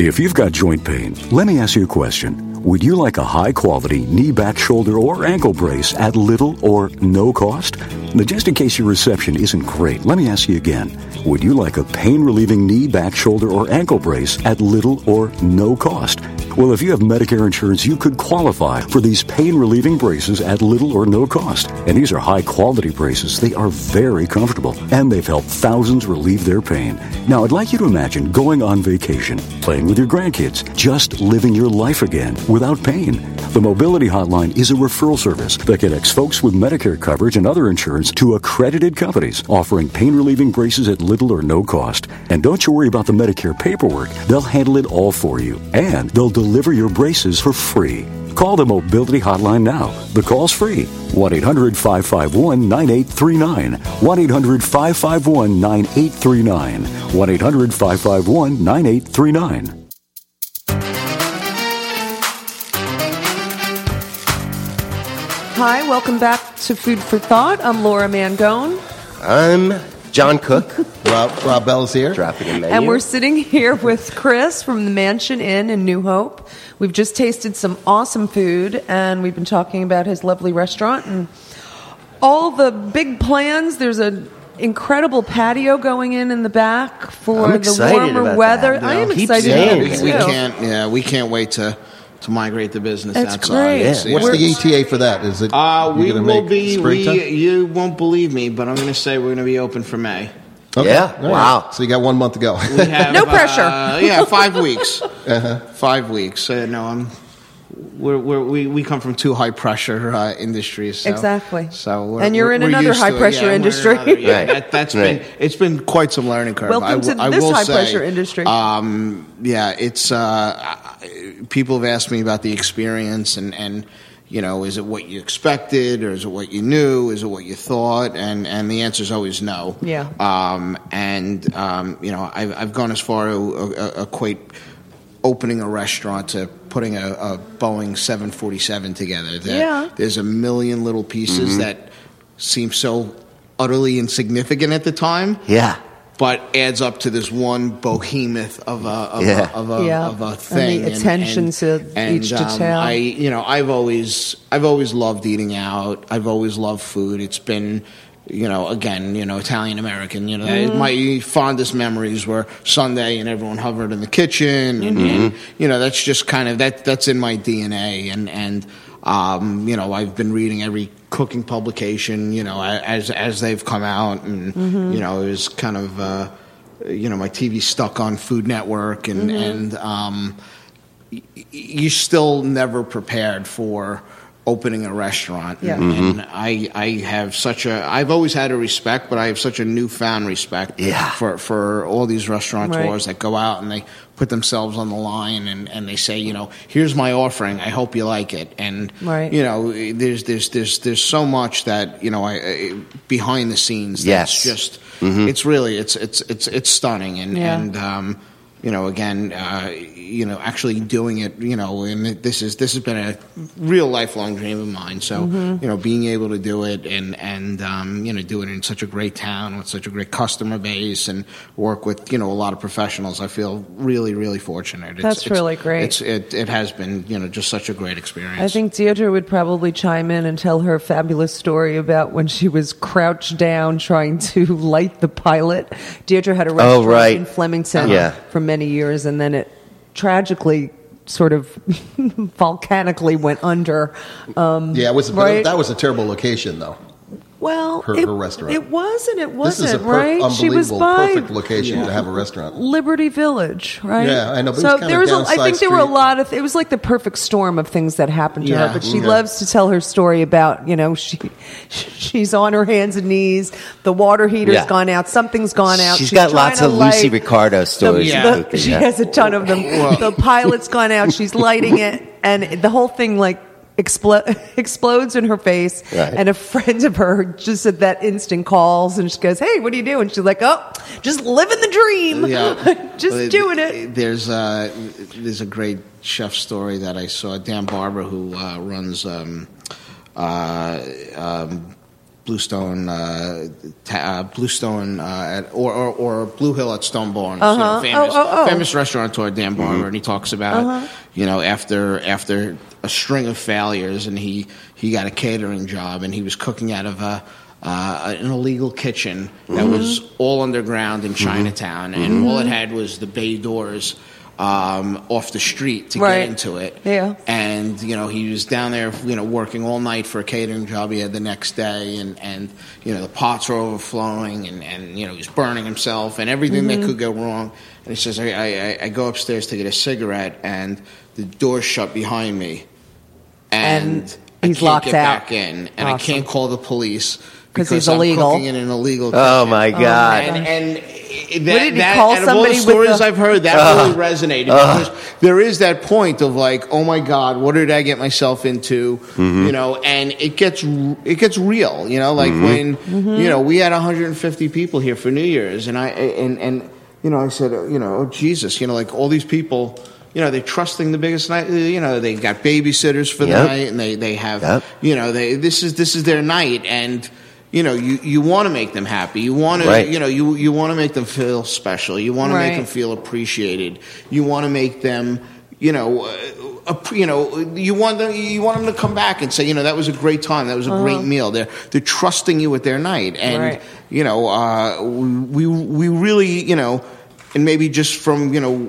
Speaker 8: If you've got joint pain, let me ask you a question. Would you like a high quality knee, back, shoulder, or ankle brace at little or no cost? Now, just in case your reception isn't great, let me ask you again. Would you like a pain relieving knee, back, shoulder, or ankle brace at little or no cost? Well, if you have Medicare insurance, you could qualify for these pain relieving braces at little or no cost. And these are high quality braces. They are very comfortable, and they've helped thousands relieve their pain. Now, I'd like you to imagine going on vacation, playing with your grandkids, just living your life again without pain. The Mobility Hotline is a referral service that connects folks with Medicare coverage and other insurance to accredited companies offering pain relieving braces at little or no cost. And don't you worry about the Medicare paperwork, they'll handle it all for you, and they'll deliver your braces for free. Call the Mobility Hotline now. The call's free. 1 800 551 9839. 1 800 551 9839. 1 800 551 9839.
Speaker 1: Hi, welcome back to Food for Thought. I'm Laura Mangone,
Speaker 2: I'm John Cook,
Speaker 3: Rob, Rob Bell's here.
Speaker 2: dropping a menu.
Speaker 1: and we're sitting here with Chris from the Mansion Inn in New Hope. We've just tasted some awesome food, and we've been talking about his lovely restaurant and all the big plans. There's an incredible patio going in in the back for
Speaker 2: I'm
Speaker 1: the
Speaker 2: excited
Speaker 1: warmer
Speaker 2: about
Speaker 1: weather.
Speaker 2: that.
Speaker 1: I am
Speaker 2: Keep
Speaker 1: excited
Speaker 4: Yeah,
Speaker 1: about
Speaker 2: saying
Speaker 1: it
Speaker 4: we,
Speaker 2: that.
Speaker 1: too.
Speaker 4: we can't. Yeah, we can't wait to to migrate the business
Speaker 1: That's
Speaker 4: outside.
Speaker 1: great.
Speaker 4: It's-
Speaker 1: Yeah.
Speaker 4: yeah.
Speaker 3: What's
Speaker 1: We're-
Speaker 3: the ETA for that? Is it?
Speaker 4: Uh,
Speaker 3: you
Speaker 4: we
Speaker 3: gonna
Speaker 4: will
Speaker 3: make
Speaker 4: be.
Speaker 3: springtime?
Speaker 4: We, you won't believe me, but I'm going to say we're going to be open for May.
Speaker 3: Okay.
Speaker 2: Yeah,
Speaker 3: All right.
Speaker 2: wow.
Speaker 3: So you got one month
Speaker 1: *laughs*
Speaker 3: to go. *laughs*
Speaker 4: We have,
Speaker 1: No pressure.
Speaker 4: Uh, yeah, five weeks.
Speaker 3: Uh-huh.
Speaker 4: Five weeks. Uh, no, I'm. We're, we're, we we come from two high pressure uh, industries. So,
Speaker 1: Exactly.
Speaker 4: So we're,
Speaker 1: And you're in
Speaker 4: we're
Speaker 1: another
Speaker 4: used to it.
Speaker 1: high-pressure
Speaker 4: Yeah, we're in
Speaker 1: industry.
Speaker 4: another- yeah,
Speaker 2: Right.
Speaker 4: That, that's
Speaker 2: Right.
Speaker 4: been it's been quite some learning curve.
Speaker 1: Welcome
Speaker 4: I w-
Speaker 1: to
Speaker 4: I
Speaker 1: this
Speaker 4: will say,
Speaker 1: high-pressure industry.
Speaker 4: Um, yeah, it's uh, I- people have asked me about the experience and and you know is it what you expected or is it what you knew is it what you thought and and the answer is always no.
Speaker 1: Yeah.
Speaker 4: Um, and um, you know I've I've gone as far to uh, equate opening a restaurant to putting a, a Boeing 747 together. There-
Speaker 1: Yeah.
Speaker 4: There's a million little pieces that seem so utterly insignificant at the time
Speaker 2: yeah.
Speaker 4: but adds up to this one behemoth of a of,
Speaker 2: Yeah.
Speaker 4: a, of, a,
Speaker 1: Yeah.
Speaker 4: of
Speaker 1: And
Speaker 4: a
Speaker 1: the
Speaker 4: thing.
Speaker 1: attention to each
Speaker 4: um,
Speaker 1: detail.
Speaker 4: I you know I've always I've always loved eating out. I've always loved food. It's been you know again you know Italian American. You know my fondest memories were Sunday and everyone hovered in the kitchen and, and you know that's just kind of that that's in my DNA and and. Um, you know, I've been reading every cooking publication, you know, as as they've come out, and you know, it was kind of uh, you know, my TV stuck on Food Network, and and um, y- y- you're still never prepared for opening a restaurant.
Speaker 1: Yeah.
Speaker 4: And, and
Speaker 2: Mm-hmm.
Speaker 4: I I have such a I've always had a respect, but I have such a newfound respect
Speaker 2: Yeah.
Speaker 4: for for all these restaurateurs
Speaker 1: Right.
Speaker 4: that go out and they put themselves on the line and, and they say, you know, here's my offering. I hope you like it. And
Speaker 1: Right.
Speaker 4: you know, there's there's there's there's so much that you know, I, I behind the scenes.
Speaker 2: Yes. Mm-hmm.
Speaker 4: That's just it's really it's it's it's it's stunning and
Speaker 1: Yeah.
Speaker 4: and um, you know again uh, you know actually doing it you know and it- this is this has been a real lifelong dream of mine so
Speaker 1: Mm-hmm.
Speaker 4: you know being able to do it and and um, you know do it in such a great town with such a great customer base and work with you know a lot of professionals I feel really really fortunate It's-
Speaker 1: That's
Speaker 4: it's-
Speaker 1: really great.
Speaker 4: it's it, it has been you know just such a great experience
Speaker 1: I think Deirdre would probably chime in and tell her fabulous story about when she was crouched down trying to *laughs* light the pilot. Deirdre had a restaurant
Speaker 2: Oh, right.
Speaker 1: in Flemington
Speaker 2: Yeah.
Speaker 1: for many years, and then it tragically sort of *laughs* volcanically went under. Um,
Speaker 3: Yeah, it was
Speaker 1: Right.
Speaker 3: that was a terrible location though.
Speaker 1: well,
Speaker 3: Her-
Speaker 1: it,
Speaker 3: her restaurant.
Speaker 1: It was and it
Speaker 3: This
Speaker 1: wasn't,
Speaker 3: is a per-
Speaker 1: right? She was
Speaker 3: unbelievable,
Speaker 1: by
Speaker 3: perfect location to have a restaurant.
Speaker 1: Liberty Village, right?
Speaker 3: Yeah, I know, but it
Speaker 1: so
Speaker 3: was kinda
Speaker 1: there was,
Speaker 3: down
Speaker 1: a, I
Speaker 3: side
Speaker 1: think there were a
Speaker 3: street.
Speaker 1: lot of. It was like the perfect storm of things that happened to her.
Speaker 4: Yeah.
Speaker 1: But she
Speaker 3: Yeah. mm-hmm.
Speaker 1: loves to tell her story about you know she, *laughs* she's on her hands and knees. The water heater's
Speaker 2: Yeah.
Speaker 1: gone out. Something's gone out.
Speaker 2: She's got lots
Speaker 1: trying to
Speaker 2: of Lucy
Speaker 1: light
Speaker 2: Ricardo stories.
Speaker 1: the-
Speaker 2: I
Speaker 4: Yeah.
Speaker 2: think,
Speaker 1: she
Speaker 2: yeah.
Speaker 1: has a ton of them. the pilot's gone out. She's lighting it, and the whole thing like explo- *laughs* explodes in her face.
Speaker 2: Right.
Speaker 1: And a friend of her just at that instant calls and she goes, "Hey, what are you doing?" She's like, "Oh, just living the dream.
Speaker 4: yeah.
Speaker 1: *laughs* just
Speaker 4: Well,
Speaker 1: doing it."
Speaker 4: There's a there's a great chef story that I saw. Dan Barber, who uh, runs um, uh, um, Bluestone uh, ta- uh, Bluestone uh, at, or, or or Blue Hill at Stone Barn, you know,
Speaker 1: Uh-huh.
Speaker 4: famous,
Speaker 1: Oh, oh, oh.
Speaker 4: famous restaurateur Dan Barber, and he talks about you know after after a string of failures, and he he got a catering job, and he was cooking out of a. Uh, an illegal kitchen that was all underground in Chinatown, and all it had was the bay doors um, off the street to
Speaker 1: Right.
Speaker 4: get into it.
Speaker 1: Yeah.
Speaker 4: And you know, he was down there, you know, working all night for a catering job he had the next day, and and you know, the pots were overflowing, and and you know, he was burning himself, and everything that
Speaker 1: Mm-hmm.
Speaker 4: could go wrong. And he says, I, I I- I go upstairs to get a cigarette, and the door shut behind me, and,
Speaker 1: And
Speaker 4: I
Speaker 1: he's
Speaker 4: can't
Speaker 1: locked
Speaker 4: get
Speaker 1: out.
Speaker 4: back in, and I
Speaker 1: Awesome.
Speaker 4: can't call the police
Speaker 1: 'Cause he's
Speaker 4: I'm
Speaker 1: illegal.
Speaker 4: cooking in an illegal.
Speaker 2: Oh
Speaker 4: kitchen."
Speaker 2: my God.
Speaker 4: And, and that,
Speaker 1: What did he
Speaker 4: that-
Speaker 1: call
Speaker 4: out of all
Speaker 1: somebody
Speaker 4: the
Speaker 1: with
Speaker 4: stories
Speaker 1: the- Uh,
Speaker 4: I've heard, that really resonated because there is that point of like, oh my God, what did I get myself into?
Speaker 1: Mm-hmm.
Speaker 4: You know, and it gets it gets real. You know, like when
Speaker 1: Mm-hmm.
Speaker 4: you know we had 150 people here for New Year's, and I and and you know I said, oh, you know, oh Jesus, you know, like all these people. You know they're trusting the biggest night. uh, You know they've got babysitters for the
Speaker 2: Yep.
Speaker 4: night, and they they have
Speaker 2: Yep.
Speaker 4: you know they this is this is their night, and you know you you want to make them happy. You want to
Speaker 2: Right.
Speaker 4: you know you you want to make them feel special. You want to
Speaker 1: Right.
Speaker 4: make them feel appreciated. You want to make them, you know, uh, app- you know, you want them you want them to come back and say, you know, that was a great time. That was a great meal. They're they're trusting you with their night, and
Speaker 1: Uh-huh. Right.
Speaker 4: you know, uh, we we really you know, and maybe just from you know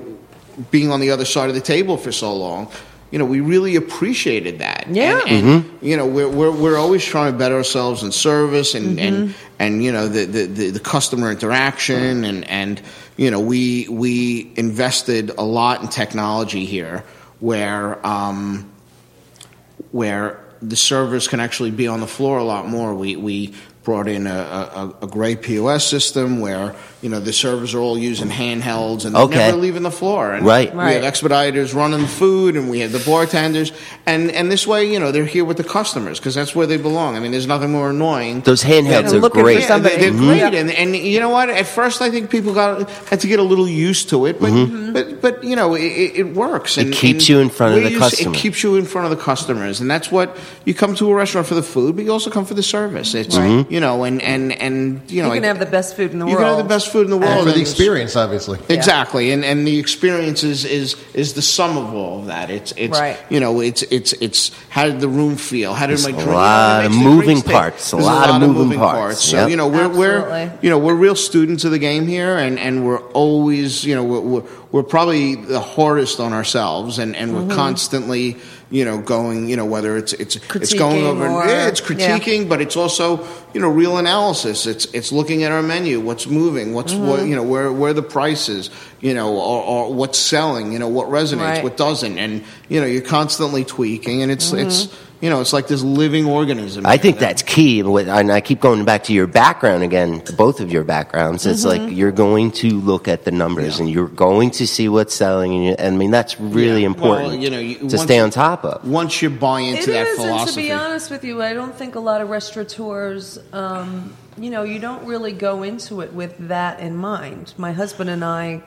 Speaker 4: being on the other side of the table for so long. You know, we really appreciated that.
Speaker 1: Yeah.
Speaker 4: And- and you know we're, we're, we're always trying to better ourselves in service and and, and you know the, the, the, the customer interaction and and you know we we invested a lot in technology here where um, where the servers can actually be on the floor a lot more we we brought in a, a, a- a gray POS system where you know the servers are all using handhelds and they're
Speaker 2: Okay.
Speaker 4: never leaving the floor and
Speaker 2: Right.
Speaker 4: we
Speaker 1: Right.
Speaker 4: have expediters running the food and we have the bartenders and and this way you know they're here with the customers because that's where they belong i mean there's nothing more annoying
Speaker 2: Those handhelds
Speaker 1: Yeah,
Speaker 2: are
Speaker 1: looking for
Speaker 2: great.
Speaker 4: yeah, they- they're
Speaker 2: Mm-hmm.
Speaker 1: somebody.
Speaker 4: great,
Speaker 1: Mhm.
Speaker 4: and, and you know what? At first, I think people got had to get a little used to it, but but, but you know, it, it it works. And,
Speaker 2: Mm-hmm. keeps
Speaker 4: and
Speaker 2: you in front of
Speaker 4: we're
Speaker 2: the
Speaker 4: used-
Speaker 2: customer.
Speaker 4: It keeps you in front of the customers, and that's what you come to a restaurant for the food, but you also come for the service. It's
Speaker 2: Mm-hmm.
Speaker 4: you know, and and and you know,
Speaker 1: You can
Speaker 4: I-
Speaker 1: have the best food in the
Speaker 4: you
Speaker 1: world.
Speaker 4: can have the best food in the world
Speaker 3: And for the
Speaker 4: and-
Speaker 3: experience, obviously.
Speaker 4: Exactly, and and the experience is is is the sum of all of that. It's it's
Speaker 1: Right.
Speaker 4: you know it's it's it's how did the room feel? How did my drink? you know,
Speaker 2: lot
Speaker 4: it
Speaker 2: of
Speaker 4: makes the drinks
Speaker 2: moving
Speaker 4: taste-
Speaker 2: parts, a
Speaker 4: there's
Speaker 2: lot of moving parts,
Speaker 4: So
Speaker 2: yep.
Speaker 4: you know we're
Speaker 1: Absolutely.
Speaker 4: we're you know we're real students of the game here, and and we're always you know we're we're, we're probably the hardest on ourselves, and, and
Speaker 1: Mm-hmm.
Speaker 4: we're constantly, you know, going, you know, whether it's it's it's going
Speaker 1: Critiquing
Speaker 4: over,
Speaker 1: or-
Speaker 4: yeah, it's
Speaker 1: yeah.
Speaker 4: critiquing, but it's also, you know, real analysis. It's it's looking at our menu, what's moving, what's
Speaker 1: Mm-hmm.
Speaker 4: what, you know, where where the prices, you know, or, or what's selling, you know, what resonates,
Speaker 1: Right.
Speaker 4: what doesn't, and you know, you're constantly tweaking, and
Speaker 1: Mm-hmm.
Speaker 4: it's it's you know, it's like this living organism.
Speaker 2: I think
Speaker 4: that-
Speaker 2: that's key, and what- and I keep going back to your background again, to both of your backgrounds. It's
Speaker 4: Mm-hmm.
Speaker 2: like you're going to look at the numbers, and you're going to see what's selling. And you, I mean, that's really
Speaker 4: Yeah.
Speaker 2: important
Speaker 4: Well, you know, you-
Speaker 2: to
Speaker 4: once-
Speaker 2: stay on top of.
Speaker 4: once you buy into
Speaker 1: It is,
Speaker 4: that
Speaker 1: and to
Speaker 4: philosophy.
Speaker 1: be honest with you, I don't think a lot of restaurateurs, um, you know, you don't really go into it with that in mind. My husband and I,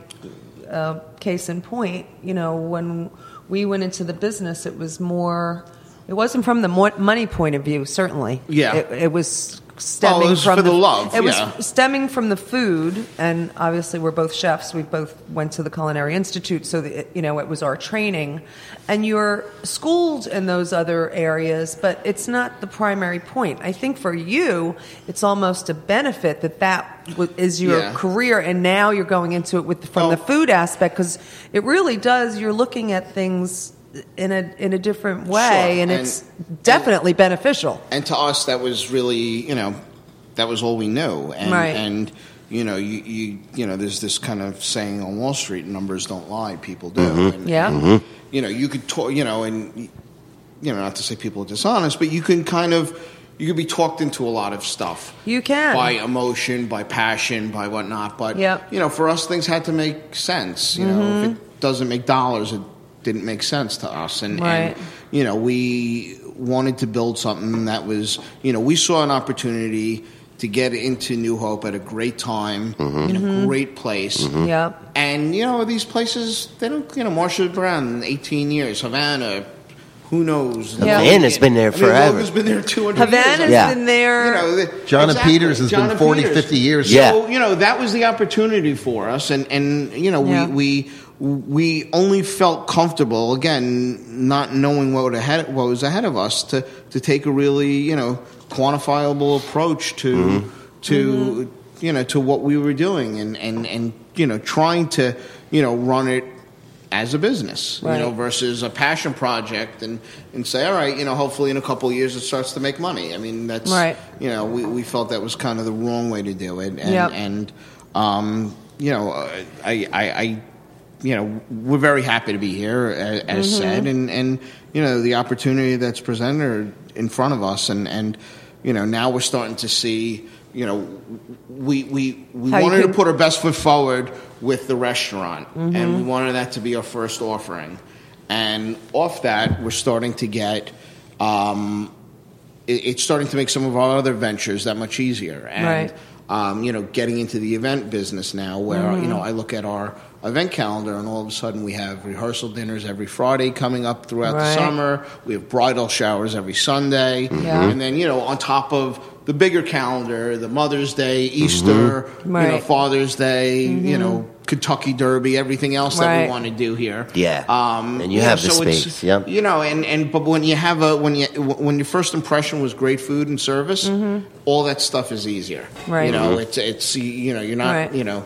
Speaker 1: uh, case in point, you know, when we went into the business, it was more, it wasn't from the mo- money point of view, certainly.
Speaker 4: Yeah.
Speaker 1: It, it was stemming
Speaker 4: Oh, it was
Speaker 1: from
Speaker 4: for the love,
Speaker 1: It
Speaker 4: yeah.
Speaker 1: was stemming from the food, and obviously we're both chefs. We both went to the culinary institute, so the, you know it was our training. And you're schooled in those other areas, but it's not the primary point. I think for you, it's almost a benefit that that w- is your
Speaker 4: Yeah. Oh.
Speaker 1: career, and now you're going into it with from the
Speaker 4: Well-
Speaker 1: food aspect because it really does. You're looking at things. In a in a different way,
Speaker 4: Sure,
Speaker 1: and,
Speaker 4: and-
Speaker 1: it's definitely beneficial.
Speaker 4: and to us that was really you know that was all we knew and
Speaker 1: Right.
Speaker 4: and you know you, you you know there's this kind of saying on wall street numbers don't lie people do and,
Speaker 1: Yeah.
Speaker 4: and, you know you could talk you know and you know not to say people are dishonest but you can kind of you could be talked into a lot of stuff
Speaker 1: You can.
Speaker 4: by emotion by passion by whatnot but
Speaker 1: Oh. Yep. Mm-hmm.
Speaker 4: you know for us things had to make sense you know if it doesn't make dollars it didn't make sense to us and
Speaker 1: Right.
Speaker 4: and you know we wanted to build something that was you know we saw an opportunity to get into New Hope at a great time
Speaker 2: Mm-hmm.
Speaker 4: in
Speaker 1: Mm-hmm.
Speaker 4: a great place.
Speaker 1: Yeah.
Speaker 4: And you know these places they don't you know Marshall Brown 18 years Havana who knows
Speaker 1: Yeah.
Speaker 2: Havana's been there
Speaker 4: I mean,
Speaker 2: forever.
Speaker 4: Logan's been there 200 years.
Speaker 1: Havana's
Speaker 2: Yeah.
Speaker 1: been there.
Speaker 4: You know, the-
Speaker 3: John and Peters has been
Speaker 4: and
Speaker 3: 40, 50 years.
Speaker 2: Yeah.
Speaker 4: So, you know, that was the opportunity for us. And, and you know,
Speaker 1: Yeah.
Speaker 4: we, we, we only felt comfortable, again, not knowing what, would ahead, what was ahead of us, to, to take a really, you know, quantifiable approach to, to
Speaker 1: Mm-hmm.
Speaker 4: you know, to what we were doing and, and, and, you know, trying to, you know, run it as a business, you know,
Speaker 1: Right.
Speaker 4: versus a passion project and, and say, all right, you know, hopefully in a couple of years it starts to make money. I mean, that's,
Speaker 1: Right.
Speaker 4: you know, we, we felt that was kind of the wrong way to do it. And,
Speaker 1: Yep.
Speaker 4: and um, you know, uh, I, I, I, you know, we're very happy to be here, as, as
Speaker 1: Mm-hmm.
Speaker 4: said, and, and, you know, the opportunity that's presented in front of us. And, and you know, now we're starting to see, you know, we, we, we
Speaker 1: How you
Speaker 4: wanted
Speaker 1: can-
Speaker 4: to put our best foot forward with the restaurant,
Speaker 1: Mm-hmm.
Speaker 4: and we wanted that to be our first offering. And off that, we're starting to get, um, it, it's starting to make some of our other ventures that much easier. And,
Speaker 1: Right.
Speaker 4: um, you know, getting into the event business now, where you
Speaker 1: Mm-hmm.
Speaker 4: know I look at our event calendar, and all of a sudden we have rehearsal dinners every Friday coming up throughout
Speaker 1: Right. Mm-hmm.
Speaker 4: the summer. We have bridal showers every Sunday,
Speaker 1: Yeah.
Speaker 4: and then you know on top of the bigger calendar, the Mother's Day,
Speaker 2: Mm-hmm.
Speaker 4: Easter, you know,
Speaker 1: Right. Mm-hmm.
Speaker 4: Father's Day, you know, Kentucky Derby, everything else that
Speaker 1: Right.
Speaker 4: we want to do here.
Speaker 2: Yeah.
Speaker 4: um,
Speaker 2: And you
Speaker 4: know,
Speaker 2: have the
Speaker 4: it's-
Speaker 2: space, yep.
Speaker 4: you know, and, and but when you have a when you when your first impression was great food and service, all that stuff is easier.
Speaker 1: Mm-hmm. Right.
Speaker 4: You know, it's it's you know you're not
Speaker 1: Right.
Speaker 4: you know,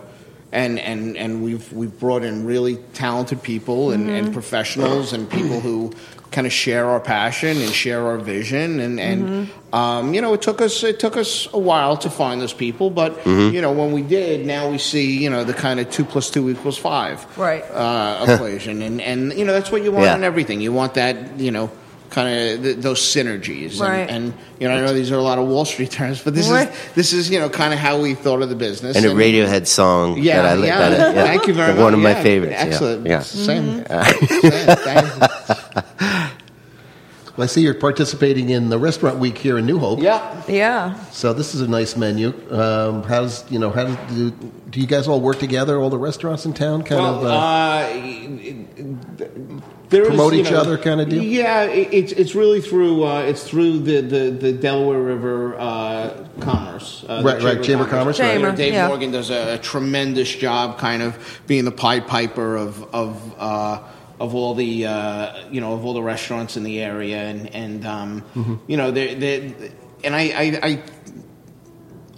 Speaker 4: and and and we've we've brought in really talented people and,
Speaker 1: Mm-hmm.
Speaker 4: and professionals and people who kind of share our passion and share our vision and and
Speaker 1: Mm-hmm.
Speaker 4: um, you know it took us it took us a while to find those people, but you know when we did, now we see you know the kind of two plus two equals five
Speaker 1: Right.
Speaker 4: uh, equation, and and you know that's what you want
Speaker 2: Yeah.
Speaker 4: in everything. You want that you know kind of th- those synergies,
Speaker 1: Right.
Speaker 4: and, and you know I know these are a lot of Wall Street terms, but this
Speaker 1: Right.
Speaker 4: is this is you know kind of how we thought of the business
Speaker 2: And a Radiohead song
Speaker 4: Yeah,
Speaker 2: that I li-
Speaker 4: yeah.
Speaker 2: that I-
Speaker 4: Thank you very
Speaker 2: one One of
Speaker 4: much.
Speaker 2: my
Speaker 4: Yeah,
Speaker 2: favorites. yeah.
Speaker 4: excellent.
Speaker 2: Yeah.
Speaker 4: Same. Same. Thank you.
Speaker 2: *laughs*
Speaker 3: Well, I see you're participating in the restaurant week here in New Hope.
Speaker 4: Yeah.
Speaker 1: Yeah.
Speaker 3: So this is a nice menu. Um, how does you know? How does, do do you guys all work together? All the restaurants in town, kind of.
Speaker 4: Well,
Speaker 3: Uh,
Speaker 4: uh, there is,
Speaker 3: promote
Speaker 4: you
Speaker 3: each
Speaker 4: know,
Speaker 3: other kinda deal?
Speaker 4: Yeah, it, it's it's really through uh, it's through the the, the Delaware River uh, Commerce, uh, the
Speaker 3: Right, right, Chamber of Commerce,
Speaker 1: right.
Speaker 4: You know,
Speaker 1: Chamber,
Speaker 4: Dave
Speaker 1: yeah.
Speaker 4: Morgan does a, a tremendous job, kind of being the Pied Piper of of. Uh, of all the uh, you know of all the restaurants in the
Speaker 3: Mm-hmm.
Speaker 4: area and and um, you know they they and I, I I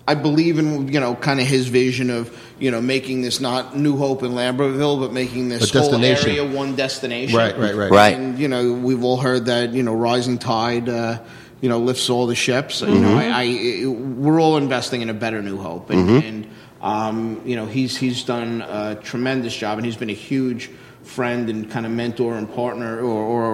Speaker 4: I believe in you know kind of his vision of you know making this not New Hope and Lambertville, but making this
Speaker 3: A
Speaker 4: whole
Speaker 3: destination.
Speaker 4: area one destination.
Speaker 3: Right, right, right.
Speaker 2: Right.
Speaker 4: And you know we've all heard that you know rising tide. Uh, you know, lifts all the ships. You know, I, I it- we're all investing in a better New Hope, and, and um, you know he's he's done a tremendous job, and he's been a huge friend and kind of mentor and partner, or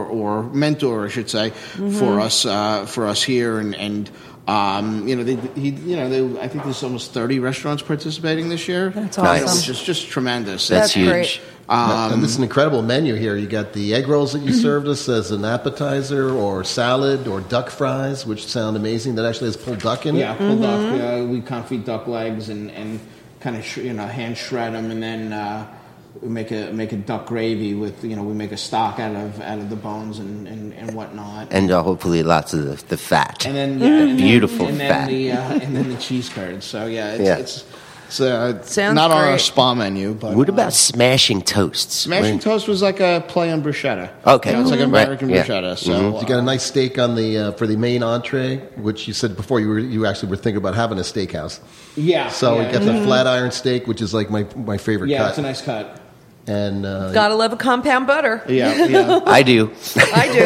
Speaker 4: or, or mentor, I should say, for us uh, for us here, and and um, you know they he you know they I think there's almost 30 restaurants participating this year.
Speaker 1: That's
Speaker 2: Nice.
Speaker 1: awesome.
Speaker 4: Which is just tremendous.
Speaker 2: That's
Speaker 1: That's great.
Speaker 2: huge.
Speaker 3: and
Speaker 4: Um,
Speaker 3: this is an incredible menu here. You got the egg rolls that you
Speaker 4: Mm-hmm.
Speaker 3: served us as an appetizer, or salad, or duck fries, which sound amazing. That actually has pulled duck in it.
Speaker 4: Yeah, pulled
Speaker 2: Mm-hmm.
Speaker 4: duck. Uh, we confit duck legs and and kind of sh- you know hand shred them, and then uh, we make a make a duck gravy with you know we make a stock out of out of the bones and and, and whatnot.
Speaker 2: and uh, hopefully lots of the, the fat.
Speaker 4: And then yeah, and then-
Speaker 2: Mm-hmm. Beautiful
Speaker 4: and then,
Speaker 2: fat.
Speaker 4: the uh, and then the cheese curds. So yeah, it's,
Speaker 2: Yeah.
Speaker 4: it's, it's uh,
Speaker 1: Sounds
Speaker 4: not on our
Speaker 1: great.
Speaker 4: spa menu, but
Speaker 2: what
Speaker 4: uh,
Speaker 2: about smashing toasts?
Speaker 4: Smashing
Speaker 2: When-
Speaker 4: toast was like a play on bruschetta.
Speaker 2: Okay,
Speaker 4: You know, it's like an
Speaker 2: cool. Right,
Speaker 4: American
Speaker 2: yeah. Mm-hmm.
Speaker 4: bruschetta. So
Speaker 3: You got a nice steak on the uh, for the main entree, which you said before you were you actually were thinking about having a steakhouse.
Speaker 4: uh, yeah.
Speaker 3: So
Speaker 4: yeah, Mm-hmm.
Speaker 3: we got the flat iron steak, which is like my my favorite
Speaker 4: Yeah,
Speaker 3: cut.
Speaker 4: it's a nice cut.
Speaker 3: and uh,
Speaker 1: Gotta love a compound
Speaker 4: *laughs*
Speaker 1: butter.
Speaker 4: Yeah, yeah.
Speaker 2: I do.
Speaker 1: I do.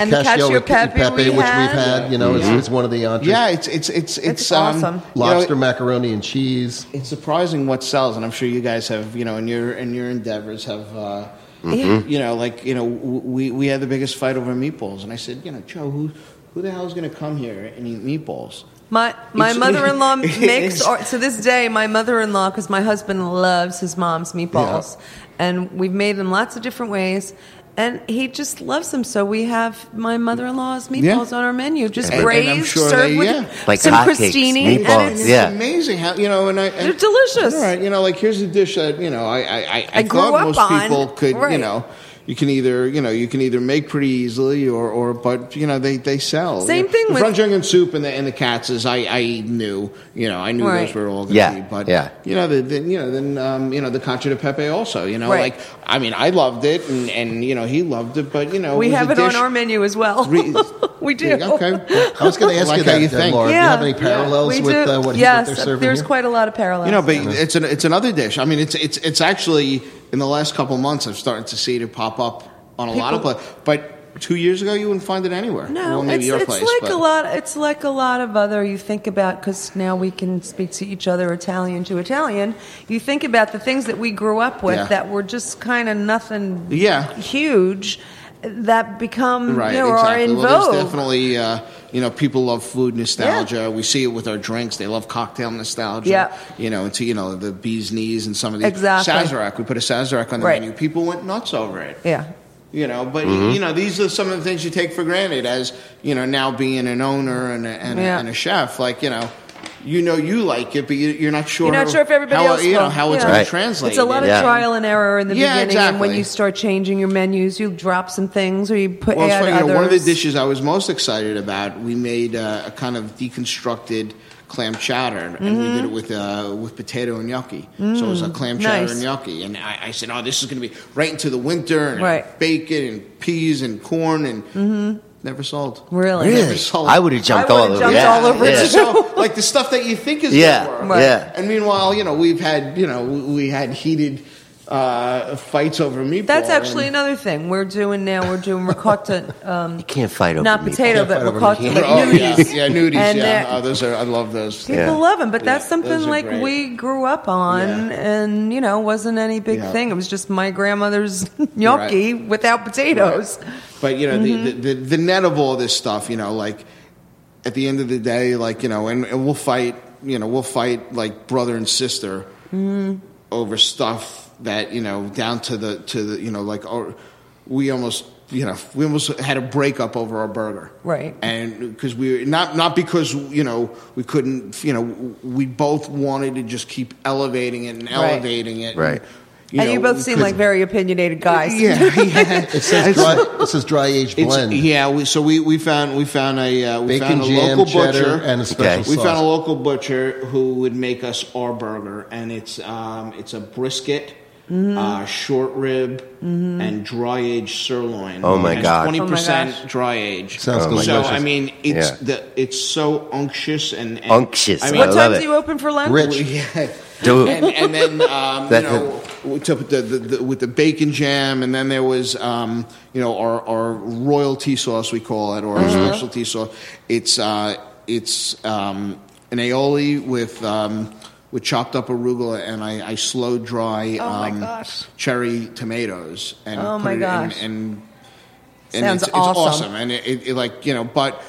Speaker 1: and the cashew
Speaker 3: and
Speaker 1: pepe, we
Speaker 3: which we've
Speaker 1: had.
Speaker 3: had, you know, is it's, one of the entrees.
Speaker 4: Mm-hmm. Yeah, it's it's it's it's,
Speaker 1: It's
Speaker 4: um,
Speaker 1: awesome.
Speaker 4: you know,
Speaker 3: lobster macaroni and cheese.
Speaker 4: it's surprising what sells, and I'm sure you guys have, you know, in your in your endeavors have, uh, you know, like you know, w- we we had the biggest fight over meatballs, and I said, you know, Joe, who who the hell is going to come here and eat meatballs?
Speaker 1: My my
Speaker 4: It's-
Speaker 1: mother in
Speaker 4: *laughs*
Speaker 1: law makes
Speaker 4: it's-
Speaker 1: or, to this day. My mother in law, because my husband loves his mom's meatballs, and we've made them lots of different ways, and he just loves them. So we have my mother in law's meatballs on our menu, just
Speaker 4: And- and I'm
Speaker 1: braised,
Speaker 4: sure
Speaker 1: served
Speaker 4: they-
Speaker 1: with
Speaker 4: yeah.
Speaker 2: Like
Speaker 1: some
Speaker 2: hotcakes,
Speaker 1: crostini, and
Speaker 2: meatballs,
Speaker 1: it's-
Speaker 4: It's
Speaker 2: Yeah.
Speaker 4: amazing how you know, and I and,
Speaker 1: They're delicious.
Speaker 4: All right, you know, like here's a dish that you know I I, I,
Speaker 1: I grew
Speaker 4: thought
Speaker 1: up
Speaker 4: most
Speaker 1: on,
Speaker 4: people could you
Speaker 1: right.
Speaker 4: know. You can either, you know, you can either make pretty easily, or, or but you know they, they sell.
Speaker 1: Same
Speaker 4: You know,
Speaker 1: thing
Speaker 4: the
Speaker 1: with-
Speaker 4: French onion soup and the and the cats is I, I knew, you know, I knew those
Speaker 1: Right.
Speaker 4: were all going to
Speaker 2: Yeah,
Speaker 4: be. But
Speaker 2: yeah.
Speaker 4: you know, the, the, you know, then um, you know the concha de pepe also. You know,
Speaker 1: Right.
Speaker 4: like I mean, I loved it, and, and you know he loved it, but you know
Speaker 1: We
Speaker 4: was
Speaker 1: have
Speaker 4: a
Speaker 1: it on
Speaker 4: dish-
Speaker 1: our menu as well.
Speaker 4: Re-
Speaker 1: *laughs* we do. *laughs*
Speaker 4: Okay,
Speaker 3: I was going to ask
Speaker 4: Like
Speaker 3: you
Speaker 4: how
Speaker 3: that,
Speaker 4: you
Speaker 3: uh,
Speaker 4: think.
Speaker 3: Laura.
Speaker 1: Yeah.
Speaker 3: Do you have any
Speaker 1: Yeah.
Speaker 3: parallels
Speaker 1: We
Speaker 3: with
Speaker 1: do.
Speaker 3: uh, what, he-
Speaker 1: yes,
Speaker 3: what they're serving
Speaker 1: there's
Speaker 3: here?
Speaker 1: quite a lot of parallels.
Speaker 4: You know, but it's an it's another dish. I mean, it's it's it's actually in the last couple months I've started to see it pop up on a lot of
Speaker 1: People-
Speaker 4: places. But two years ago, you wouldn't find it anywhere.
Speaker 1: No,
Speaker 4: well, maybe
Speaker 1: it's,
Speaker 4: your
Speaker 1: it's
Speaker 4: place,
Speaker 1: like
Speaker 4: but-
Speaker 1: a lot. It's like a lot of other. You think about because now we can speak to each other Italian to Italian. You think about the things that we grew up with
Speaker 4: Yeah.
Speaker 1: that were just kind of nothing.
Speaker 4: Yeah.
Speaker 1: huge. That become
Speaker 4: Right,
Speaker 1: you know,
Speaker 4: exactly.
Speaker 1: are in
Speaker 4: well,
Speaker 1: vogue.
Speaker 4: There's definitely, uh, you know, people love food nostalgia. We see it with our drinks. They love cocktail nostalgia.
Speaker 1: Yeah.
Speaker 4: You know, into, you know, the bee's knees and some of these.
Speaker 1: Exactly.
Speaker 4: Sazerac. We put a Sazerac on the
Speaker 1: Right.
Speaker 4: menu. People went nuts over it.
Speaker 1: yeah,
Speaker 4: You know, but
Speaker 2: Mm-hmm.
Speaker 4: you know, these are some of the things you take for granted as you know now being an owner and a, and, a,
Speaker 1: Yeah.
Speaker 4: and a chef. Like you know, you know you like it, but you, you're not sure.
Speaker 1: you're not sure if everybody
Speaker 4: how,
Speaker 1: else
Speaker 4: you
Speaker 1: will.
Speaker 4: know how
Speaker 1: Yeah.
Speaker 4: it's going
Speaker 2: Right.
Speaker 4: to translate.
Speaker 1: It's a lot of
Speaker 2: Yeah.
Speaker 1: trial and error in the
Speaker 4: Yeah,
Speaker 1: beginning, and when
Speaker 4: exactly.
Speaker 1: you start changing your menus, you drop some things or you put
Speaker 4: Well, it's
Speaker 1: add
Speaker 4: funny, you know,
Speaker 1: others.
Speaker 4: one of the dishes I was most excited about, we made uh, a kind of deconstructed clam chowder, and we did it with uh, with potato and gnocchi. So it was a clam chowder
Speaker 1: Mm-hmm. Mm, nice.
Speaker 4: and gnocchi, and I, I said, "Oh, this is going to be right into the winter, and
Speaker 1: Right. Mm-hmm.
Speaker 4: bacon and peas and corn, and never sold.
Speaker 1: Really?
Speaker 4: never sold.
Speaker 2: I would have jumped
Speaker 1: I
Speaker 2: all
Speaker 1: would've
Speaker 2: over
Speaker 1: jumped
Speaker 2: it.
Speaker 1: all over
Speaker 2: yeah.
Speaker 1: it.
Speaker 4: so, like the stuff that you think is
Speaker 2: Yeah,
Speaker 4: gonna work.
Speaker 1: Right.
Speaker 2: yeah.
Speaker 4: And meanwhile, you know, we've had you know we- we had heated uh, fights over meatball.
Speaker 1: That's actually
Speaker 4: and-
Speaker 1: another thing we're doing now. We're
Speaker 4: *laughs*
Speaker 1: doing ricotta. Um,
Speaker 2: You can't fight over
Speaker 1: not
Speaker 2: meatballs.
Speaker 1: potato,
Speaker 3: Can't
Speaker 1: but
Speaker 3: fight
Speaker 1: ricotta.
Speaker 2: over
Speaker 1: but
Speaker 4: Oh, yeah,
Speaker 1: nudies.
Speaker 4: yeah, nudies.
Speaker 1: And
Speaker 4: yeah,
Speaker 1: they're-
Speaker 4: oh, those are I love those.
Speaker 1: People
Speaker 2: Yeah.
Speaker 1: love them, but that's
Speaker 4: Yeah, those
Speaker 1: something
Speaker 4: are
Speaker 1: like
Speaker 4: great.
Speaker 1: we grew up on,
Speaker 4: Yeah.
Speaker 1: and you know, wasn't any big
Speaker 4: Yeah.
Speaker 1: thing. It was just my grandmother's *laughs* gnocchi without potatoes.
Speaker 4: But you know, the,
Speaker 1: Mm-hmm.
Speaker 4: the, the the net of all this stuff, you know, like at the end of the day, like you know, and, and we'll fight, you know, we'll fight like brother and sister
Speaker 1: Mm-hmm.
Speaker 4: over stuff that you know, down to the to the you know, like our, we almost. You know, we almost had a breakup over our burger,
Speaker 1: Right.
Speaker 4: And because we were not not because you know we couldn't, you know, we both wanted to just keep elevating it and
Speaker 1: Right.
Speaker 4: elevating it,
Speaker 2: Right.
Speaker 1: and you both
Speaker 4: we
Speaker 1: seem
Speaker 4: couldn't-
Speaker 1: like very opinionated guys. *laughs*
Speaker 4: yeah, *laughs* yeah.
Speaker 3: It says
Speaker 4: *laughs*
Speaker 3: dry, it says dry aged
Speaker 4: It's-
Speaker 3: blend.
Speaker 4: Yeah, we, so we, we found we found a uh, we
Speaker 3: Bacon
Speaker 4: found a
Speaker 3: jam,
Speaker 4: local
Speaker 3: cheddar,
Speaker 4: butcher
Speaker 3: and a special
Speaker 2: Okay.
Speaker 3: sauce.
Speaker 4: we found a local butcher who would make us our burger, and it's um, it's a brisket
Speaker 2: Mm-hmm.
Speaker 4: uh, short rib, and dry aged sirloin.
Speaker 2: Oh, my God.
Speaker 4: Twenty percent
Speaker 1: Oh, my gosh.
Speaker 4: dry aged.
Speaker 3: Sounds Oh, my
Speaker 4: so
Speaker 3: delicious.
Speaker 4: I mean, it's
Speaker 2: Yeah.
Speaker 4: the it's so unctuous and, and
Speaker 2: Unctuous.
Speaker 4: I
Speaker 2: I
Speaker 4: mean,
Speaker 1: What
Speaker 2: love
Speaker 1: time
Speaker 2: it.
Speaker 1: do you open for lunch?
Speaker 4: *laughs*
Speaker 3: Rich.
Speaker 2: Dude.
Speaker 4: and, and then um, you
Speaker 2: That-
Speaker 4: know with the, the, the, with the bacon jam, and then there was um, you know our, our royalty sauce we call it, or our
Speaker 2: Mm-hmm.
Speaker 4: specialty sauce. It's uh, it's um, an aioli with um, with chopped up arugula, and I, I slow dry
Speaker 1: Oh my
Speaker 4: um,
Speaker 1: gosh.
Speaker 4: cherry tomatoes, and
Speaker 1: Oh
Speaker 4: put
Speaker 1: my
Speaker 4: it in-
Speaker 1: gosh.
Speaker 4: and and
Speaker 1: Sounds
Speaker 4: it's, it's
Speaker 1: awesome.
Speaker 4: awesome. And it, it, it like you know, but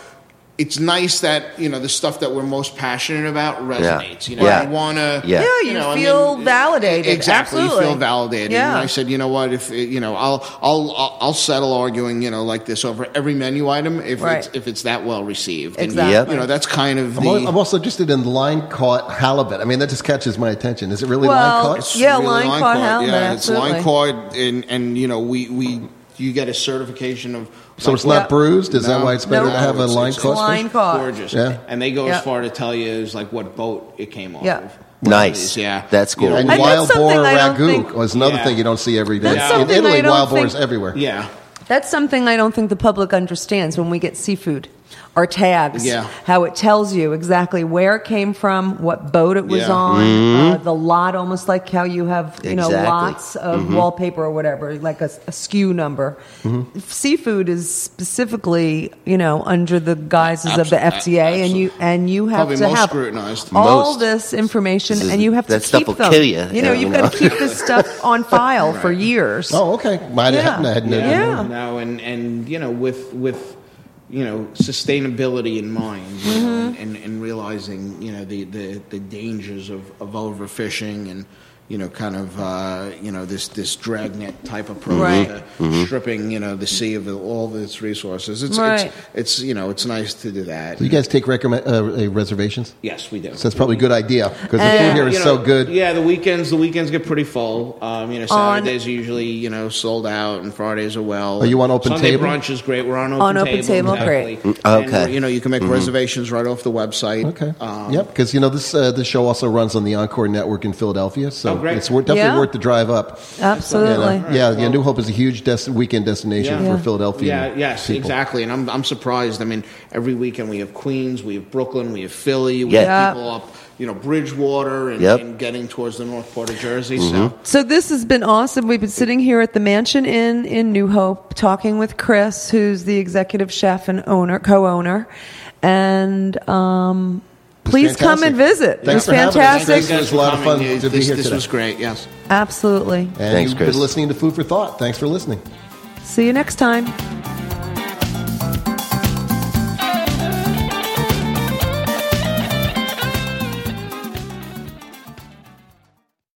Speaker 4: it's nice that you know the stuff that we're most passionate about resonates. You know,
Speaker 2: Yeah.
Speaker 4: you want to.
Speaker 2: Yeah. Yeah,
Speaker 1: you feel validated.
Speaker 4: Exactly, you feel
Speaker 1: Absolutely.
Speaker 4: validated.
Speaker 1: Yeah.
Speaker 4: And I said, you know what? If you know, I'll I'll I'll- I'll settle arguing, you know, like this over every menu item if
Speaker 1: Right.
Speaker 4: it's if it's that well received. And,
Speaker 1: Exactly.
Speaker 2: Yep.
Speaker 4: You know, that's kind of
Speaker 3: I'm,
Speaker 4: the.
Speaker 3: al- I'm also interested in line caught halibut. I mean, that just catches my attention. Is it really
Speaker 1: Well,
Speaker 3: line
Speaker 1: it's-
Speaker 3: caught?
Speaker 1: Yeah, line caught halibut,
Speaker 4: Yeah, it's line
Speaker 1: absolutely.
Speaker 4: caught, and and you know, we we you get a certification of.
Speaker 3: So
Speaker 4: like,
Speaker 3: it's not
Speaker 1: Yeah.
Speaker 3: bruised. Is that
Speaker 4: No.
Speaker 3: why it's better
Speaker 1: Nope.
Speaker 3: to have a
Speaker 4: It's-
Speaker 3: line
Speaker 4: it's
Speaker 3: caught?
Speaker 1: line
Speaker 3: fish?
Speaker 1: caught.
Speaker 4: gorgeous.
Speaker 3: Yeah.
Speaker 4: And they go
Speaker 1: Yeah.
Speaker 4: as far to tell you is like what boat it came off.
Speaker 1: Yeah.
Speaker 4: of.
Speaker 2: Nice.
Speaker 4: Yeah,
Speaker 2: That's cool.
Speaker 3: And
Speaker 1: that's
Speaker 3: wild boar
Speaker 1: something I don't
Speaker 3: ragu
Speaker 1: think-
Speaker 3: was another
Speaker 4: Yeah.
Speaker 3: thing you don't see every day.
Speaker 4: That's
Speaker 3: In
Speaker 1: something I
Speaker 3: Italy,
Speaker 1: don't
Speaker 3: wild boar
Speaker 1: think-
Speaker 3: is everywhere.
Speaker 4: yeah.
Speaker 1: That's something I don't think the public understands when we get seafood. Our tags,
Speaker 4: Yeah.
Speaker 1: how it tells you exactly where it came from, what boat it was
Speaker 4: Yeah. Mm-hmm.
Speaker 1: on, uh, the lot, almost like how you have you know
Speaker 2: Exactly.
Speaker 1: lots of
Speaker 4: Mm-hmm.
Speaker 1: wallpaper or whatever, like a, a SKU number.
Speaker 4: Mm-hmm.
Speaker 1: Seafood is specifically you know under the guises of the
Speaker 4: Absolute-
Speaker 1: FTA, and you and you have
Speaker 4: Probably
Speaker 1: to
Speaker 4: most
Speaker 1: have
Speaker 4: scrutinized.
Speaker 1: all
Speaker 2: Most.
Speaker 1: this information,
Speaker 2: This is-
Speaker 1: and you have to
Speaker 2: that stuff
Speaker 1: keep
Speaker 2: will
Speaker 1: them.
Speaker 2: kill ya,
Speaker 1: know,
Speaker 2: yeah,
Speaker 1: you've
Speaker 2: you
Speaker 1: got to
Speaker 2: know.
Speaker 1: keep this stuff
Speaker 4: *laughs*
Speaker 1: on file for years.
Speaker 3: Oh, okay. Might
Speaker 1: Yeah.
Speaker 3: have happened. I had no
Speaker 1: Yeah.
Speaker 3: idea.
Speaker 4: Now and and you know with with you know sustainability in mind you know,
Speaker 1: Mm-hmm.
Speaker 4: and, and and realizing you know the the, the dangers of, of overfishing and you know kind of uh, you know this this dragnet type approach
Speaker 1: Right.
Speaker 4: to
Speaker 3: Mm-hmm.
Speaker 4: stripping you know the sea of all of its resources. It's,
Speaker 1: Right.
Speaker 4: it's it's you know it's nice to do that.
Speaker 3: You guys take recommend, uh, uh, reservations?
Speaker 4: yes, we do.
Speaker 3: So that's probably a good idea because the
Speaker 1: And-
Speaker 3: food here is
Speaker 4: You
Speaker 3: so
Speaker 4: know,
Speaker 3: good.
Speaker 4: Yeah, the weekends the weekends get pretty full. Um, you know,
Speaker 1: On-
Speaker 4: Saturdays are usually you know sold out, and Fridays are well.
Speaker 3: Are you on open
Speaker 4: Sunday
Speaker 3: table?
Speaker 4: brunch is great. We're on open
Speaker 1: On open table,
Speaker 4: exactly.
Speaker 1: great.
Speaker 2: Mm,
Speaker 4: And, uh,
Speaker 2: okay.
Speaker 4: you know, you can make reservations right off the website.
Speaker 3: Okay.
Speaker 4: Um,
Speaker 3: yep. Because you know this uh, this show also runs on the Encore Network in Philadelphia, so
Speaker 4: Oh, great.
Speaker 3: it's worth, definitely
Speaker 1: Yeah.
Speaker 3: worth the drive up. You know,
Speaker 1: Absolutely.
Speaker 3: yeah, yeah. New Hope is a huge des- weekend destination
Speaker 4: Yeah.
Speaker 3: for
Speaker 1: Yeah.
Speaker 3: Philadelphia.
Speaker 4: Yeah. Yes. Exactly. And I'm I'm surprised. I mean, every weekend we have Queens, we have Brooklyn, we have Philly, we
Speaker 2: Yeah.
Speaker 1: Yeah.
Speaker 4: have people up, you know, Bridgewater, and,
Speaker 2: Yep. Mm-hmm.
Speaker 4: and getting towards the north part of Jersey. So.
Speaker 1: So this has been awesome. We've been sitting here at the Mansion Inn in New Hope talking with Chris, who's the executive chef and owner, co-owner, and um, please come and visit. It was
Speaker 3: Thanks for having us.
Speaker 1: fantastic.
Speaker 3: Thank you. It was a lot of fun to be
Speaker 4: this,
Speaker 3: here
Speaker 4: This
Speaker 3: today.
Speaker 4: was great. Yes.
Speaker 1: Absolutely.
Speaker 3: And
Speaker 2: Thanks,
Speaker 3: you've
Speaker 2: Chris.
Speaker 3: been listening to Food for Thought. Thanks for listening.
Speaker 1: See you next time.